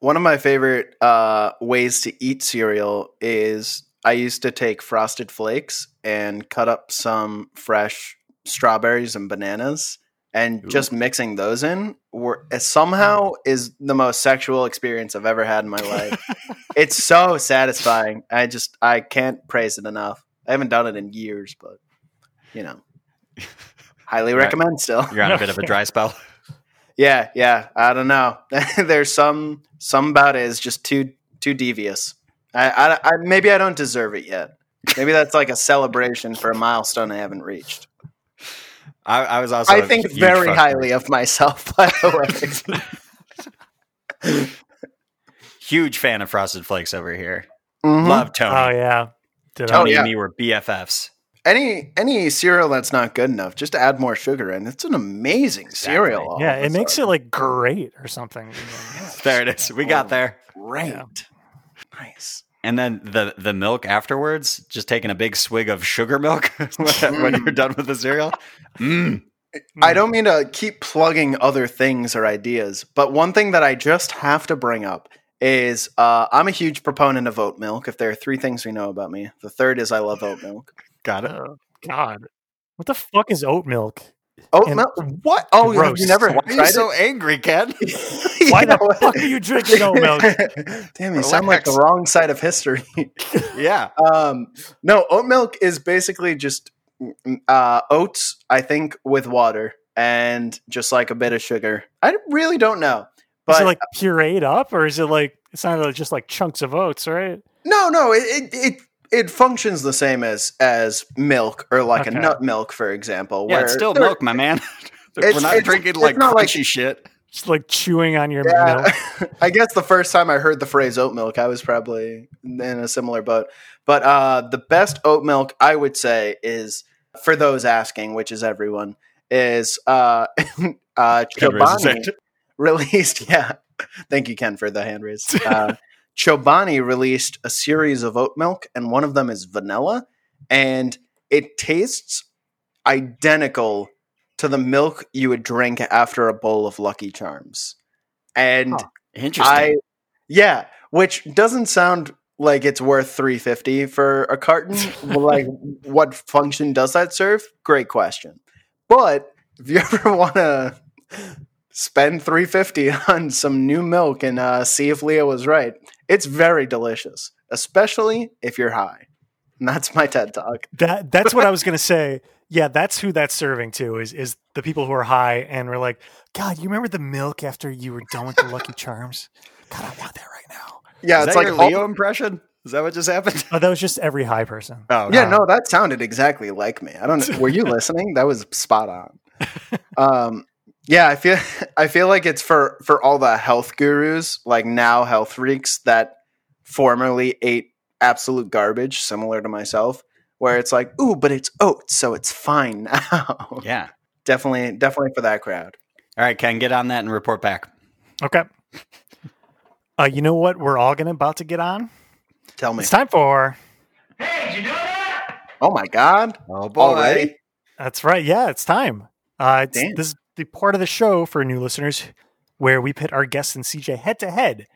Speaker 3: One of my favorite uh, ways to eat cereal is I used to take frosted flakes and cut up some fresh strawberries and bananas, and
Speaker 1: Ooh. Mm.
Speaker 3: just mixing those in were uh, somehow is the most sexual experience I've ever had in my
Speaker 1: [laughs]
Speaker 3: life. it's so satisfying. I just I can't praise it enough. I haven't done it in years, but
Speaker 1: [laughs]
Speaker 3: you know, highly
Speaker 1: Right.
Speaker 3: recommend still.
Speaker 1: You're on a bit of a dry spell. [laughs]
Speaker 3: Yeah, yeah. I don't know. [laughs] There's some some about it is just too too devious. I, I, I maybe I don't deserve it yet. Maybe that's like a celebration for a milestone I haven't reached.
Speaker 1: I, I was also
Speaker 3: I
Speaker 1: a
Speaker 3: think
Speaker 1: huge
Speaker 3: very
Speaker 1: fuck-
Speaker 3: highly of myself, [laughs] by the
Speaker 2: [laughs]
Speaker 3: way.
Speaker 1: huge fan of Frosted Flakes over here.
Speaker 3: Mhm.
Speaker 1: Love Tony.
Speaker 2: Oh yeah. Did I-
Speaker 1: Tony
Speaker 3: Oh, yeah.
Speaker 1: and me were BFFs.
Speaker 3: Any any cereal that's not good enough, just add more sugar in. It's an amazing cereal. all
Speaker 2: yeah,
Speaker 3: of a
Speaker 2: it makes it
Speaker 3: sudden.
Speaker 2: like great or something.
Speaker 1: There it is. We got
Speaker 3: Oh.
Speaker 1: there.
Speaker 3: great.
Speaker 2: Yeah.
Speaker 3: Nice.
Speaker 1: And then the the milk afterwards, just taking a big swig of sugar milk [laughs] when when you're done with the cereal. Mm.
Speaker 2: Hmm.
Speaker 3: I don't mean to keep plugging other things or ideas, but one thing that I just have to bring up is uh, I'm a huge proponent of oat milk. If there are three things we know about me, the third is I love oat milk.
Speaker 1: Got it.
Speaker 2: Oh, God. What the fuck is oat milk?
Speaker 3: Oat
Speaker 2: And-
Speaker 3: milk? What? Oh, have
Speaker 2: Gross.
Speaker 3: you never
Speaker 1: Why are you
Speaker 3: tried [laughs]
Speaker 1: so angry, Ken? [laughs]
Speaker 3: it? [laughs] You
Speaker 2: Why
Speaker 3: know
Speaker 2: the
Speaker 3: what?
Speaker 2: fuck are you drinking oat
Speaker 3: [laughs]
Speaker 2: milk?
Speaker 3: Damn, you sound like the
Speaker 1: Relax.
Speaker 3: wrong side of history. [laughs]
Speaker 1: yeah.
Speaker 3: um, no, oat milk is basically just mm, uh, oats, I think, with water and just like a bit of sugar. I really don't know. But
Speaker 2: is it like pureed up or is it like it's not like just like chunks of oats, right?
Speaker 3: No, no, it it it, it functions the same as as milk or like
Speaker 2: Okay.
Speaker 3: a nut milk, for example.
Speaker 1: Yeah, it's still
Speaker 3: there-
Speaker 1: milk, my man. [laughs]
Speaker 3: It's-
Speaker 1: we're not
Speaker 3: it's-
Speaker 1: drinking
Speaker 3: it's
Speaker 1: like
Speaker 3: not like-
Speaker 1: crunchy shit.
Speaker 2: Just like chewing on your milk.
Speaker 3: Yeah, [laughs] I guess the first time I heard the phrase oat milk, I was probably in a similar boat. But uh, the best oat milk, I would say, is for those asking, which is everyone, is uh, [laughs] uh,
Speaker 1: Ken raises
Speaker 3: Chobani [laughs] released. [laughs] Yeah, thank you, Ken, for the hand raise. Uh, Chobani released a series of oat milk, and one of them is vanilla, and it tastes identical to the milk you would drink after a bowl of Lucky Charms. And
Speaker 2: Huh.
Speaker 1: Interesting.
Speaker 3: I yeah, which doesn't sound like it's worth 350 for
Speaker 1: [laughs]
Speaker 3: a carton. like what function does that serve? Great question. But if you [laughs] ever want to spend 350 on some new milk and uh, see if Leah was right, it's very delicious, especially if you're high. And that's my TED talk.
Speaker 2: That that's what I was gonna say. Yeah, that's who that's serving to is is the people who are high and we're like, God, you remember the milk after you were done with the Lucky Charms? God, I want that right now.
Speaker 3: Yeah,
Speaker 1: is
Speaker 3: uh,
Speaker 1: that
Speaker 3: it's like
Speaker 1: your
Speaker 3: all-
Speaker 1: Leo impression? Is that what just happened?
Speaker 2: Oh, that was just every high person.
Speaker 1: Oh,
Speaker 3: [laughs] Yeah, no, that sounded exactly like me. I don't know. Were you listening? That was spot on. Um, yeah, I feel [laughs] I feel like it's for for all the health gurus, like now health freaks that formerly ate absolute garbage, similar to myself, where it's like, ooh, but it's oats, so it's fine [laughs] now.
Speaker 1: Yeah.
Speaker 3: definitely, definitely for that crowd.
Speaker 1: All right, Ken, get on that and report back.
Speaker 2: Okay. Uh, you know what? We're all gonna about to get on.
Speaker 3: Tell me.
Speaker 2: It's time for.
Speaker 3: Oh my god.
Speaker 1: Oh boy.
Speaker 3: Already?
Speaker 2: That's right. Yeah, it's time. Uh, it's,
Speaker 3: Damn.
Speaker 2: this is the part of the show for new listeners where we pit our guests and CJ head to head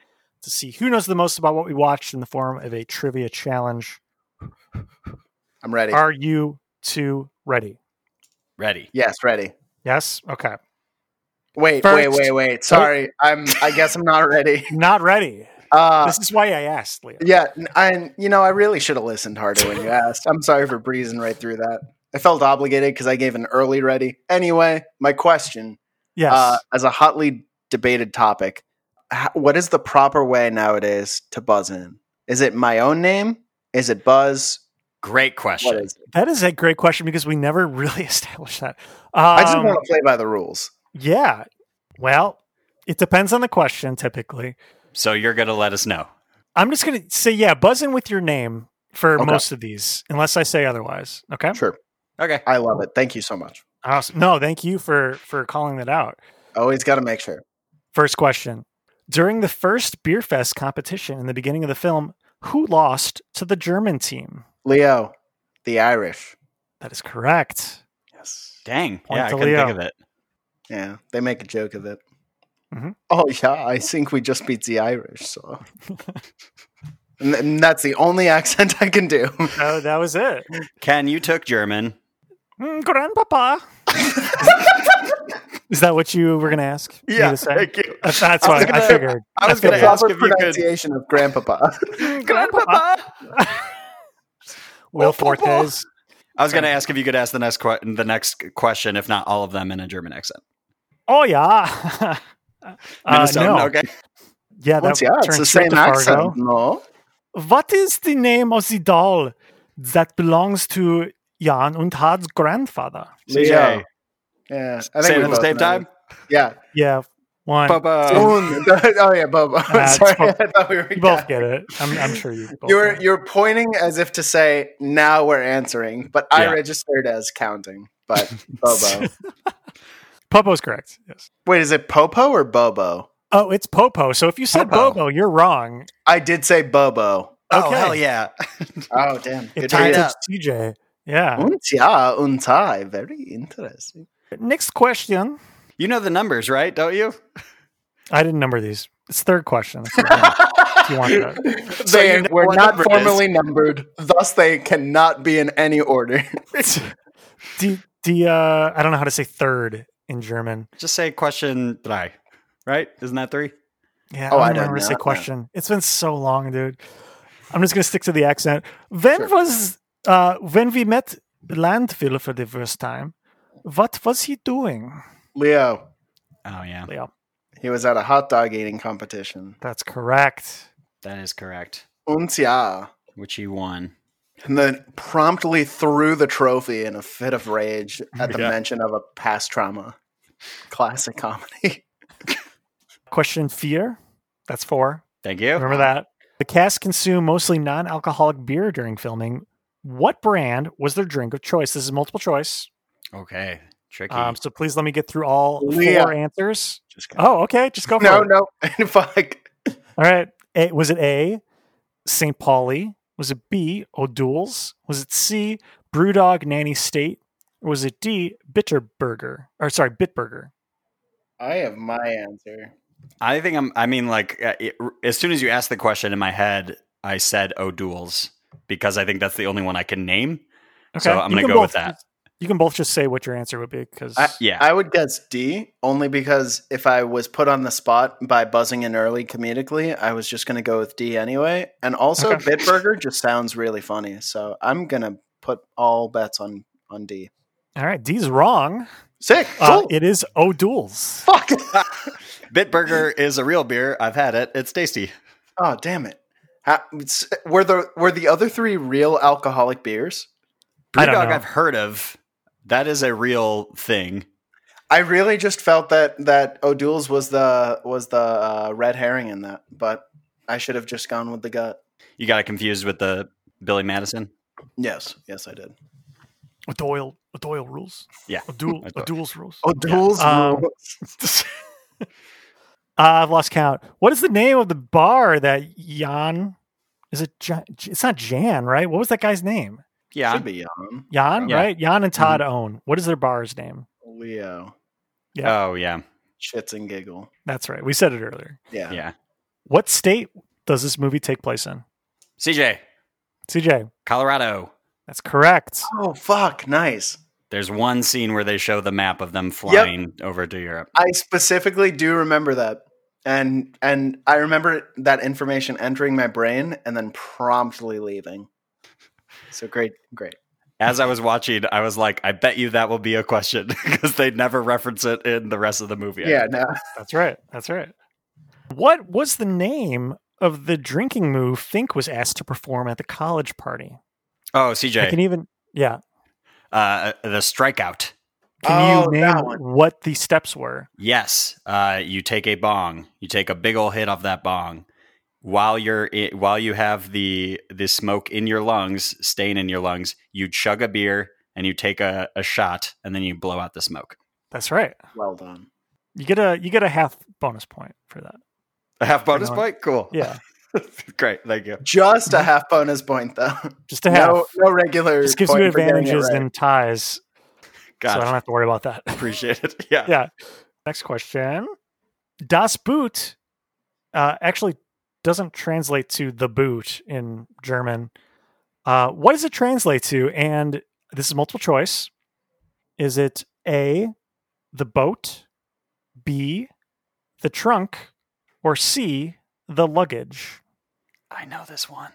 Speaker 2: to see who knows the most about what we watched in the form of a trivia challenge.
Speaker 3: I'm ready.
Speaker 2: Are you two ready?
Speaker 1: Ready.
Speaker 3: yes, ready.
Speaker 2: Yes. Okay.
Speaker 3: Wait, wait,
Speaker 2: First-
Speaker 3: wait, wait. Sorry. I'm I guess I'm not ready. [laughs]
Speaker 2: Not ready.
Speaker 3: Uh
Speaker 2: this is why I asked, Leo.
Speaker 3: Yeah, n- and you know, I really should have listened harder when you asked. I'm sorry for breezing right through that. I felt obligated because I gave an early ready. Anyway, my question,
Speaker 2: Yes.
Speaker 3: uh, as a hotly debated topic, h- what is the proper way nowadays to buzz in? Is it my own name? Is it buzz?
Speaker 1: Great
Speaker 3: What
Speaker 1: question.
Speaker 3: is it?
Speaker 2: that is a great question because we never [laughs] really established that. Um,
Speaker 3: I just want to play by the rules.
Speaker 2: Yeah. Well, it depends on the question typically.
Speaker 1: So you're going to let us know.
Speaker 2: I'm just going to say, yeah, buzz in with your name for
Speaker 3: Okay.
Speaker 2: most of these, unless I say otherwise. Okay.
Speaker 3: Sure.
Speaker 1: Okay.
Speaker 3: I love it. Thank you so much.
Speaker 2: Awesome. No, thank you for for calling that out.
Speaker 3: Always got to make sure.
Speaker 2: First question. During the first Beer Fest competition in the beginning of the film, who lost to the German team?
Speaker 3: Leo, the Irish.
Speaker 2: That is correct.
Speaker 3: Yes.
Speaker 1: Dang.
Speaker 2: Point
Speaker 1: yeah, I
Speaker 2: to
Speaker 1: couldn't
Speaker 2: Leo.
Speaker 1: think of it.
Speaker 3: Yeah, they make a joke of it.
Speaker 2: Mhm.
Speaker 3: Oh yeah, I think we just beat the Irish. So, and, and that's the only accent I
Speaker 2: [laughs]
Speaker 3: can do.
Speaker 2: Oh, that was it.
Speaker 1: Ken, you took German.
Speaker 2: Mm, grandpapa. [laughs] is that what you were going to ask? me to say?
Speaker 3: you.
Speaker 2: That's, that's
Speaker 3: I was
Speaker 2: what I
Speaker 3: gonna-
Speaker 2: figured.
Speaker 1: I was
Speaker 3: The
Speaker 1: going to ask
Speaker 3: proper
Speaker 1: if you could.
Speaker 3: pronunciation of
Speaker 2: [laughs]
Speaker 3: Grandpapa.
Speaker 2: Grandpapa. [laughs]
Speaker 3: Oh,
Speaker 2: Will Fortes.
Speaker 1: I was going to ask if you could ask the next que- the next question, if not all of them, in a German accent.
Speaker 2: Oh yeah. [laughs] Uh,
Speaker 1: Minnesota.
Speaker 2: no.
Speaker 1: Okay.
Speaker 2: Yeah,
Speaker 3: Well,
Speaker 2: that
Speaker 3: yeah, it's
Speaker 2: turns
Speaker 3: the
Speaker 2: straight
Speaker 3: same
Speaker 2: to
Speaker 3: accent.
Speaker 2: Fargo.
Speaker 3: No,
Speaker 2: What is the name of the doll that belongs to Jan und Had's grandfather?
Speaker 1: CJ.
Speaker 3: Yeah, I
Speaker 1: Say it at
Speaker 3: both
Speaker 1: the same
Speaker 3: know
Speaker 1: time.
Speaker 3: it. Yeah.
Speaker 2: Yeah, one.
Speaker 3: [laughs]
Speaker 1: Papa.
Speaker 3: Un- oh
Speaker 2: [laughs]
Speaker 3: yeah, Bobo.
Speaker 2: Uh, it's
Speaker 3: [laughs] Sorry,
Speaker 2: both-
Speaker 3: I thought we were.
Speaker 2: You both
Speaker 3: yeah.
Speaker 2: get it. I'm, I'm sure you both.
Speaker 3: You're
Speaker 2: get it.
Speaker 3: you're pointing as if to say now we're answering, but I
Speaker 1: Yeah.
Speaker 3: registered as counting.
Speaker 2: [laughs]
Speaker 3: But Bobo.
Speaker 2: Popo's correct. Yes.
Speaker 3: Wait, is it Popo or Bobo?
Speaker 2: Oh, it's Popo. So if you said
Speaker 1: Popo.
Speaker 2: Bobo, you're wrong.
Speaker 3: I did say Bobo.
Speaker 1: Oh,
Speaker 2: Okay.
Speaker 1: hell yeah.
Speaker 3: Oh damn!
Speaker 2: It
Speaker 3: Good
Speaker 1: tied
Speaker 3: read.
Speaker 1: up.
Speaker 2: turns into TJ. Yeah.
Speaker 3: Und ja, und tie. Very interesting.
Speaker 2: Next question.
Speaker 1: You know the numbers, right? Don't you?
Speaker 2: I didn't number these. It's third question. If you want, [laughs] if you want that.
Speaker 1: So
Speaker 3: they
Speaker 1: you know
Speaker 3: were
Speaker 1: what
Speaker 3: not
Speaker 1: number it
Speaker 3: formally numbered, thus they cannot be in any order. [laughs]
Speaker 2: D, D, uh, I don't know how to say third in German.
Speaker 1: Just say question three, right? Isn't that three?
Speaker 2: Yeah,
Speaker 3: Oh,
Speaker 2: I
Speaker 3: I
Speaker 2: don't
Speaker 3: don't
Speaker 2: remember to
Speaker 3: know.
Speaker 2: say
Speaker 3: No.
Speaker 2: question. It's been so long, dude. I'm just gonna stick to the accent. When was uh when we met Landville for the first time? What was he doing?
Speaker 3: Leo,
Speaker 1: Oh, yeah.
Speaker 2: Leo,
Speaker 3: he was at a hot dog eating competition.
Speaker 2: that's correct.
Speaker 1: That is correct.
Speaker 3: Und ja.
Speaker 1: Which he won.
Speaker 3: And then promptly threw the trophy in a fit of rage at the
Speaker 1: Yeah.
Speaker 3: mention of a past trauma. Classic comedy.
Speaker 2: Question fear. That's four.
Speaker 1: Thank
Speaker 2: [laughs]
Speaker 1: you.
Speaker 2: Remember that. The cast consumed mostly non-alcoholic beer during filming. What brand was their drink of choice? This is multiple choice.
Speaker 1: Okay. Tricky.
Speaker 2: Um, so please let me get through all
Speaker 3: Leo.
Speaker 2: four answers.
Speaker 3: Just kidding.
Speaker 2: Oh, okay. Just go for it.
Speaker 3: Oh, [laughs] no, no. Fuck.
Speaker 2: All right. A, was it A, St. Pauli? Was it B, O'Doul's? Was it C, Brewdog Nanny State? Or was it D, Bitterburger? Or sorry, Bitburger.
Speaker 3: I have my answer.
Speaker 1: I think I'm. I mean, like, uh, it, as soon as you asked the question in my head, I said O'Doul's because I think that's the only one I can name. So I'm
Speaker 2: You
Speaker 1: gonna
Speaker 2: can
Speaker 1: go with
Speaker 2: both-
Speaker 1: that. [laughs]
Speaker 2: You can both just say what your answer would be because
Speaker 3: I,
Speaker 1: Yeah.
Speaker 3: I would guess D only because if I was put on the spot by buzzing in early comedically, I was just going to go with D anyway. And also,
Speaker 2: Okay.
Speaker 3: Bitburger just sounds really funny, so I'm going to put all bets on on D.
Speaker 2: all right, D's wrong.
Speaker 3: Sick.
Speaker 2: Uh,
Speaker 3: Cool.
Speaker 2: it is O'Doul's.
Speaker 3: Fuck. [laughs]
Speaker 1: Bitburger is a real beer. I've had it. It's tasty.
Speaker 3: oh damn it. How, it's- were the were the other three real alcoholic beers?
Speaker 2: I don't
Speaker 1: Brewdog
Speaker 2: know.
Speaker 1: I've heard of. That is a real thing.
Speaker 3: I really just felt that that O'Doul's was the was the uh, red herring in that, but I should have just gone with the gut.
Speaker 1: You got it confused with the Billy Madison.
Speaker 3: Yes, yes, I did.
Speaker 2: O'Doyle, O'Doyle rules.
Speaker 1: Yeah. [laughs] Oh,
Speaker 2: O'Doul,
Speaker 1: O'Doyle.
Speaker 2: O'Doul's rules.
Speaker 3: O'Doul's
Speaker 2: Um,
Speaker 3: rules.
Speaker 2: [laughs]
Speaker 1: [laughs]
Speaker 2: Uh, I've lost count. What is the name of the bar that Jan? Is it? Jan, it's not Jan, right? What was that guy's name?
Speaker 1: Yeah.
Speaker 3: Should be Jan.
Speaker 2: Jan,
Speaker 1: Yeah. Mm-hmm.
Speaker 2: right? Jan and Todd own. What is their bar's name?
Speaker 3: Leo.
Speaker 1: Oh yeah.
Speaker 3: Shits and giggle.
Speaker 2: That's right. We said it earlier.
Speaker 3: Yeah.
Speaker 1: Yeah.
Speaker 2: What state does this movie take place in?
Speaker 1: CJ,
Speaker 2: CJ,
Speaker 1: Colorado.
Speaker 2: that's correct.
Speaker 3: Oh fuck, nice.
Speaker 1: There's one scene where they show the map of them flying over to Europe.
Speaker 3: I specifically do remember that. And and I remember that information entering my brain and then promptly leaving. So great, great.
Speaker 1: As I was watching, I was like, I bet you that will be a question [laughs] because they never reference it in the rest of the movie.
Speaker 3: Yeah, no. [laughs]
Speaker 2: That's right. That's right. What was the name of the drinking move Fink was asked to perform at the college party?
Speaker 1: Oh,
Speaker 2: I
Speaker 1: CJ,
Speaker 2: can even, yeah,
Speaker 1: uh, the strikeout.
Speaker 2: Can
Speaker 3: Oh,
Speaker 2: you
Speaker 3: that
Speaker 2: name
Speaker 3: one.
Speaker 2: what the steps were?
Speaker 1: Yes, uh, you take a bong. You take a big old hit off that bong while you're i while you have the the smoke in your lungs, stain in your lungs. You chug a beer and you take a, a shot, and then you blow out the smoke. [laughs]
Speaker 2: That's right.
Speaker 3: Well done.
Speaker 2: You get a you get a half bonus point for that.
Speaker 1: A half bonus
Speaker 2: on.
Speaker 1: point. Cool.
Speaker 2: Yeah,
Speaker 1: [laughs] Great. Thank you.
Speaker 3: Just a half bonus point though.
Speaker 2: just a half.
Speaker 3: [laughs] No, no regular.
Speaker 2: Just gives
Speaker 3: point
Speaker 2: you
Speaker 3: for getting it
Speaker 2: advantages
Speaker 3: right.
Speaker 2: and ties, so I don't
Speaker 1: Gotcha.
Speaker 2: have to worry about that. [laughs]
Speaker 1: Appreciate it. [laughs] Yeah.
Speaker 2: yeah. Next question. Das Boot uh, actually doesn't translate to the boot in German. Uh, what does it translate to? And this is multiple choice. Is it A, the boat, B, the trunk, or C, the luggage?
Speaker 1: I know this one.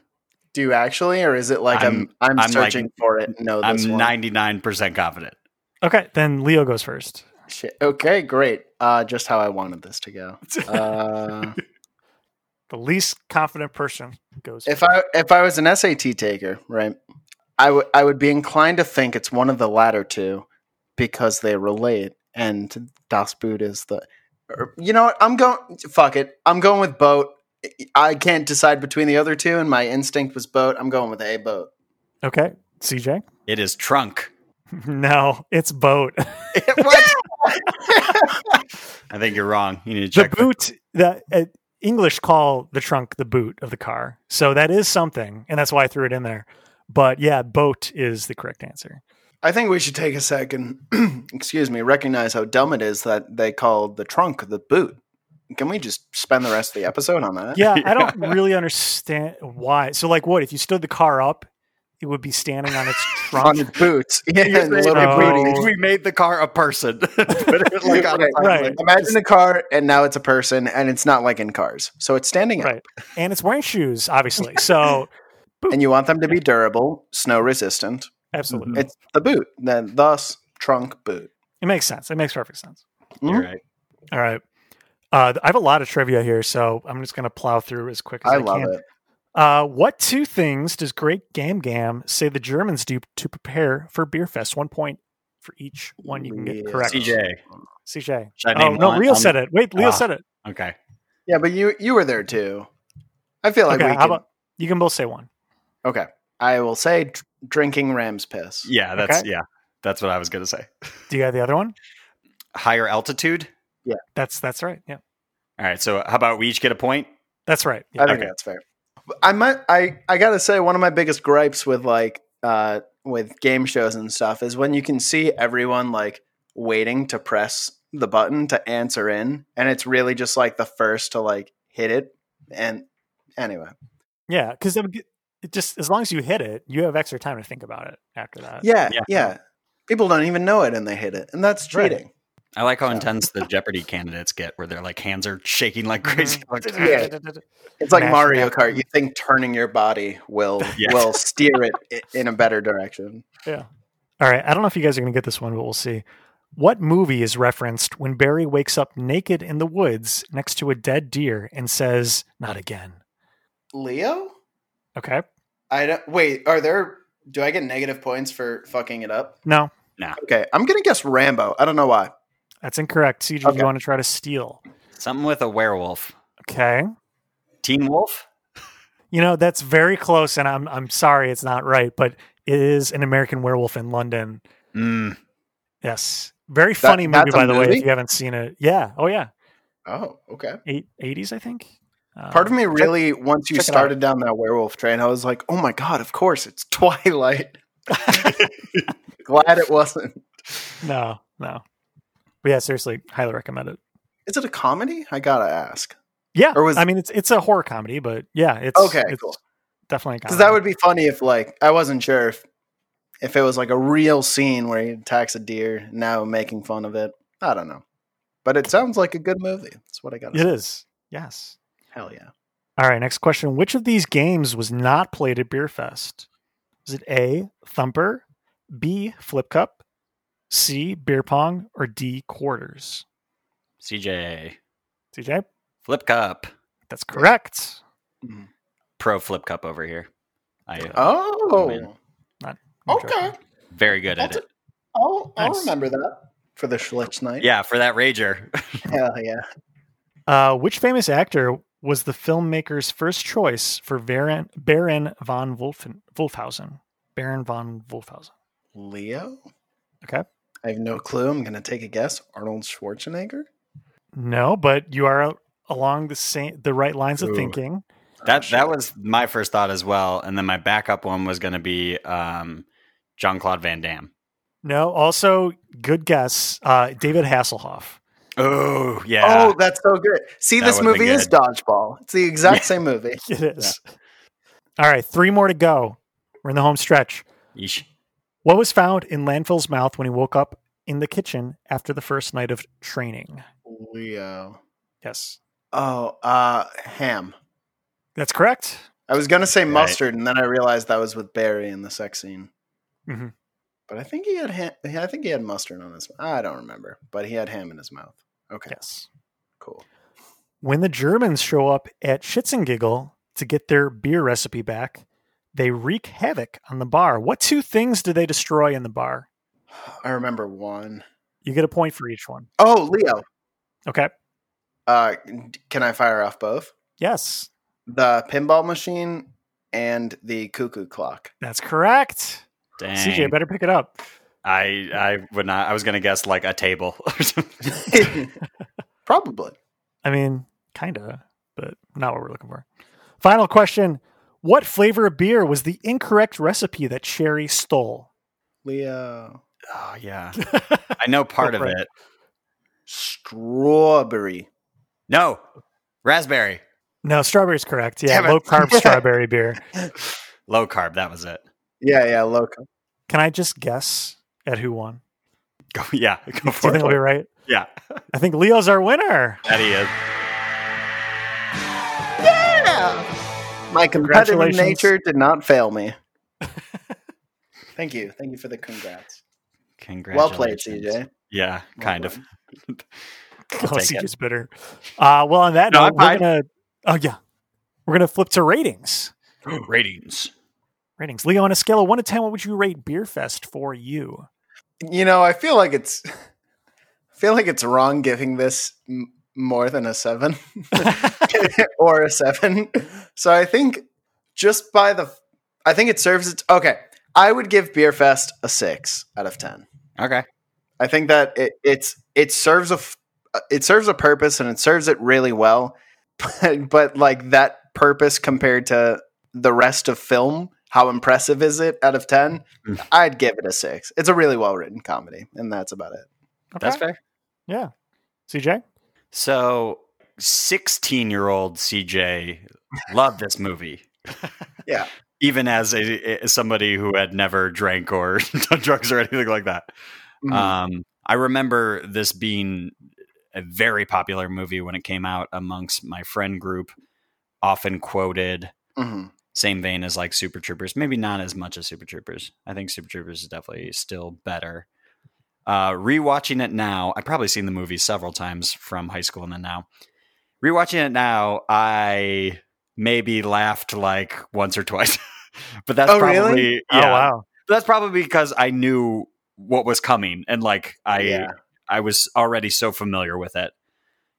Speaker 3: Do you actually, or is it like I'm I'm,
Speaker 1: I'm like-
Speaker 3: searching for it? No,
Speaker 1: I'm
Speaker 3: this one.
Speaker 1: 99% confident.
Speaker 2: Okay, then Leo goes first.
Speaker 3: Shit. Okay, great. Uh, just how I wanted this to go. Uh,
Speaker 2: The least confident person goes.
Speaker 3: if
Speaker 2: first.
Speaker 3: I if I was an SAT taker, right, I would I would be inclined to think it's one of the latter two because they relate, and Das Boot is the. or- You know what? I'm going. Fuck it. I'm going with boat. I can't decide between the other two, and my instinct was boat. I'm going with a boat. [laughs]
Speaker 2: okay, CJ.
Speaker 1: It is trunk.
Speaker 2: [laughs] No, it's boat. [laughs]
Speaker 1: [laughs]
Speaker 3: what?
Speaker 1: I think you're wrong. You need to
Speaker 2: the
Speaker 1: check.
Speaker 2: boot the uh, english call the trunk the boot of the car so that is something and that's why i threw it in there but yeah boat is the correct
Speaker 3: [laughs]
Speaker 2: answer
Speaker 3: I think we should take a second. [clears throat] excuse me. Recognize how dumb it is that they called the trunk the boot. Can we just spend the rest of the episode on that?
Speaker 2: yeah i don't really understand why so like what if you stood the car up it would be standing on
Speaker 3: [laughs]
Speaker 2: its
Speaker 3: on
Speaker 2: trunk
Speaker 3: his boots. [laughs]
Speaker 1: [laughs]
Speaker 3: Yeah,
Speaker 1: You're
Speaker 3: and
Speaker 1: saying
Speaker 3: little
Speaker 1: if we-
Speaker 2: booty.
Speaker 1: if we made the car a person. [laughs] Put it like
Speaker 3: [laughs]
Speaker 1: on
Speaker 3: Right,
Speaker 1: a-
Speaker 2: right
Speaker 3: Imagine a car, and now it's a person, and it's not like in cars, so it's standing up.
Speaker 2: right and it's wearing shoes obviously so
Speaker 3: [laughs] And you want them to be durable, snow resistant.
Speaker 2: absolutely
Speaker 3: It's the boot, then thus trunk boot.
Speaker 2: it makes sense it makes perfect sense
Speaker 1: You're right.
Speaker 2: all right uh, I have a lot of trivia here, so I'm just going to plow through as quick as
Speaker 3: I
Speaker 2: I,
Speaker 3: love
Speaker 2: can.
Speaker 3: it.
Speaker 2: Uh, what two things does Great Gam Gam say the Germans do to prepare for Beer Fest? One point for each one you can get
Speaker 3: Yeah.
Speaker 2: correct.
Speaker 1: CJ.
Speaker 2: CJ.
Speaker 1: Should I
Speaker 2: Oh,
Speaker 1: name
Speaker 2: no,
Speaker 1: one?
Speaker 2: Leo
Speaker 1: Um,
Speaker 2: said it. Wait, Leo
Speaker 1: ah,
Speaker 2: said it.
Speaker 1: Okay.
Speaker 3: Yeah, but you you were there too. I feel like
Speaker 2: okay,
Speaker 3: we
Speaker 2: how
Speaker 3: can.
Speaker 2: about you can both say one.
Speaker 3: okay, I will say dr- drinking ram's piss.
Speaker 1: Yeah, that's
Speaker 2: Okay.
Speaker 1: yeah. That's what I was gonna say.
Speaker 2: Do you have the other one?
Speaker 1: Higher altitude.
Speaker 2: That's that's right. Yeah.
Speaker 1: All right. So how about we each get a point?
Speaker 2: That's right. Yeah.
Speaker 3: I think
Speaker 1: Okay.
Speaker 3: that's fair. I might I I gotta say one of my biggest gripes with like uh with game shows and stuff is when you can see everyone like waiting to press the button to answer in and it's really just like the first to like hit it and anyway.
Speaker 2: Yeah, cuz it just as long as you hit it, you have extra time to think about it after that. [laughs]
Speaker 3: Yeah, yeah.
Speaker 1: Yeah.
Speaker 3: People don't even know it and they hit it. And that's
Speaker 2: Right.
Speaker 3: cheating.
Speaker 1: I like how
Speaker 3: Yeah.
Speaker 1: intense the Jeopardy candidates get, where their like hands are shaking like
Speaker 2: Mm-hmm.
Speaker 1: crazy. Like,
Speaker 3: Yeah. It's like
Speaker 2: Mash
Speaker 3: Mario
Speaker 2: that.
Speaker 3: Kart. You think turning your body will
Speaker 1: Yeah.
Speaker 3: will steer it i- in a better direction.
Speaker 2: All right, I don't know if you guys are going to get this one, but we'll see. What movie is referenced when Barry wakes up naked in the woods next to a dead deer and says, "Not again."
Speaker 3: Leo?
Speaker 2: Okay?
Speaker 3: I don't wait, are there do I get negative points for fucking it up?
Speaker 2: No.
Speaker 3: Okay, I'm gonna guess Rambo. I don't know why.
Speaker 2: That's incorrect. CJ,
Speaker 3: Okay.
Speaker 2: you want to try to steal.
Speaker 1: [laughs] Something with a werewolf.
Speaker 2: Okay.
Speaker 1: Teen Wolf.
Speaker 2: You know, that's very close, and I'm I'm sorry it's not right, but it is an American werewolf in London.
Speaker 1: Mm.
Speaker 2: Yes. Very funny movie,
Speaker 3: that's a
Speaker 2: by the way,
Speaker 3: movie?
Speaker 2: if you haven't seen it. Yeah. Oh yeah.
Speaker 3: Oh, okay.
Speaker 2: Eight, 80s, I think. Um,
Speaker 3: Part of me really, once you
Speaker 2: check it out.
Speaker 3: started down that werewolf train, I was like, oh my god, of course, it's [laughs] Twilight. Glad it wasn't.
Speaker 2: No, no. But yeah, seriously, highly recommend it.
Speaker 3: Is it a comedy? I gotta ask.
Speaker 2: Yeah.
Speaker 3: Or was-
Speaker 2: I mean it's it's a horror comedy, but yeah, it's
Speaker 3: Okay,
Speaker 2: it's
Speaker 3: cool.
Speaker 2: definitely a
Speaker 3: Because
Speaker 2: comedy.
Speaker 3: that would be funny if, like, I wasn't sure if if it was like a real scene where he attacks a deer, now making fun of it. I don't know. But it sounds like a good movie. That's what I gotta
Speaker 2: it
Speaker 3: say.
Speaker 2: is. Yes.
Speaker 3: Hell yeah.
Speaker 2: All right, next question. Which of these games was not played at Beer Fest? Is it A, Thumper, B, Flip Cup, C, Beer Pong, or D, Quarters?
Speaker 1: CJ.
Speaker 2: CJ?
Speaker 1: Flip Cup.
Speaker 2: That's correct.
Speaker 1: Pro Flip Cup over here. I uh,
Speaker 3: Oh.
Speaker 1: man.
Speaker 2: Not-
Speaker 3: Okay.
Speaker 1: very good at it.
Speaker 3: I'll, I'll
Speaker 2: Nice.
Speaker 3: Oh, remember that. for the Schlitz night.
Speaker 1: Yeah, for that rager.
Speaker 3: Hell yeah.
Speaker 2: Uh, which famous actor was the filmmaker's first choice for Baron, Baron von Wolfen, Wolfhausen? Baron von Wolfhausen.
Speaker 3: Leo?
Speaker 2: Okay.
Speaker 3: I have no clue. I'm going to take a guess. Arnold Schwarzenegger?
Speaker 2: No, but you are along the same the right lines of
Speaker 3: Ooh.
Speaker 2: thinking.
Speaker 1: That that was my first thought as well, and then my backup one was going to be um, John Claude Van Damme.
Speaker 2: No, also good guess. Uh, David Hasselhoff.
Speaker 1: Oh yeah,
Speaker 3: Oh, that's so good. See,
Speaker 1: That
Speaker 3: this
Speaker 1: would've been
Speaker 3: movie is
Speaker 1: good.
Speaker 3: Dodgeball. It's the exact same movie.
Speaker 2: It is. All right, three more to go. We're in the home stretch.
Speaker 1: Yeesh.
Speaker 2: What was found in Landfill's mouth when he woke up in the kitchen after the first night of training?
Speaker 3: Leo.
Speaker 2: Yes,
Speaker 3: Oh, uh, ham.
Speaker 2: that's correct.
Speaker 3: I was going to say
Speaker 1: Right.
Speaker 3: mustard, and then I realized that was with Barry in the sex scene.
Speaker 2: Mhm.
Speaker 3: But I think he had ham. I think he had mustard on his. I don't remember, but he had ham in his mouth. Okay,
Speaker 2: Yes.
Speaker 3: cool.
Speaker 2: When the Germans show up at Schitzengigel to get their beer recipe back, they wreak havoc on the bar. What two things do they destroy in the bar?
Speaker 3: I remember one.
Speaker 2: You get a point for each one.
Speaker 3: Oh, Leo.
Speaker 2: Okay.
Speaker 3: Uh, can I fire off both?
Speaker 2: Yes,
Speaker 3: The pinball machine and the cuckoo clock.
Speaker 2: that's correct.
Speaker 1: Dang.
Speaker 2: CJ, better pick it up.
Speaker 1: I I would not. I was going to guess like a table [laughs] or something.
Speaker 3: Probably.
Speaker 2: I mean, kind of, but not what we're looking for. Final question What flavor of beer was the incorrect recipe that Sherry stole?
Speaker 3: Leo.
Speaker 1: Oh yeah, I know part of
Speaker 2: Right.
Speaker 1: it.
Speaker 3: Strawberry.
Speaker 1: No, raspberry,
Speaker 2: No, strawberry's correct. Yeah,
Speaker 3: Damn it.
Speaker 2: low
Speaker 1: [laughs]
Speaker 2: carb strawberry beer.
Speaker 1: low carb. That was it. [laughs]
Speaker 3: Yeah, yeah, loco.
Speaker 2: Can I just guess at who won?
Speaker 1: Go yeah,
Speaker 2: Do
Speaker 1: go
Speaker 2: you
Speaker 1: for
Speaker 2: think I'll be
Speaker 1: it.
Speaker 2: right?
Speaker 1: Yeah,
Speaker 2: I think Leo's our winner.
Speaker 1: that he is.
Speaker 3: My competitive
Speaker 2: Congratulations.
Speaker 3: nature did not fail me. Thank you. Thank you for the congrats. Well
Speaker 1: Congratulations.
Speaker 3: played, CJ.
Speaker 1: Yeah, kind of.
Speaker 2: Oh,
Speaker 1: take it.
Speaker 2: CJ's bitter. Uh, well, on that
Speaker 1: No,
Speaker 2: note,
Speaker 1: I'm
Speaker 2: we're
Speaker 1: fine.
Speaker 2: gonna. Oh yeah, we're gonna flip to ratings.
Speaker 1: [gasps] Ratings.
Speaker 2: Ratings. Leo, on a scale of one to ten, what would you rate Beer Fest for you?
Speaker 3: You know, I feel like it's [laughs] I feel like it's wrong giving this m- more than a 7 [laughs] or a 7. So I think just by the I think it serves its Okay, I would give Beerfest a 6 out of 10.
Speaker 1: Okay.
Speaker 3: I think that it, it's it serves a f- uh, it serves a purpose and it serves it really well, [laughs] but, but like that purpose compared to the rest of film, how impressive is it out of ten?
Speaker 1: Mm.
Speaker 3: I'd give it a six. It's a really well written comedy, and that's about it.
Speaker 1: That's
Speaker 2: Okay.
Speaker 1: fair.
Speaker 2: CJ.
Speaker 1: So, 16 year old CJ loved this movie.
Speaker 3: Yeah.
Speaker 1: Even as a, as somebody who had never drank or [laughs] done drugs or anything like that.
Speaker 3: Mhm.
Speaker 1: Um, I remember this being a very popular movie when it came out amongst my friend group, often quoted,
Speaker 3: Mhm.
Speaker 1: same vein as like Super Troopers, maybe not as much as Super Troopers. I think Super Troopers is definitely still better. Uh, rewatching it now, I've probably seen the movie several times from high school and then now. Rewatching it now, I maybe laughed like once or twice, [laughs] but that's
Speaker 3: Oh, really?
Speaker 1: probably
Speaker 2: Oh wow.
Speaker 1: that's probably because I knew what was coming and like I
Speaker 3: Yeah.
Speaker 1: I was already so familiar with it.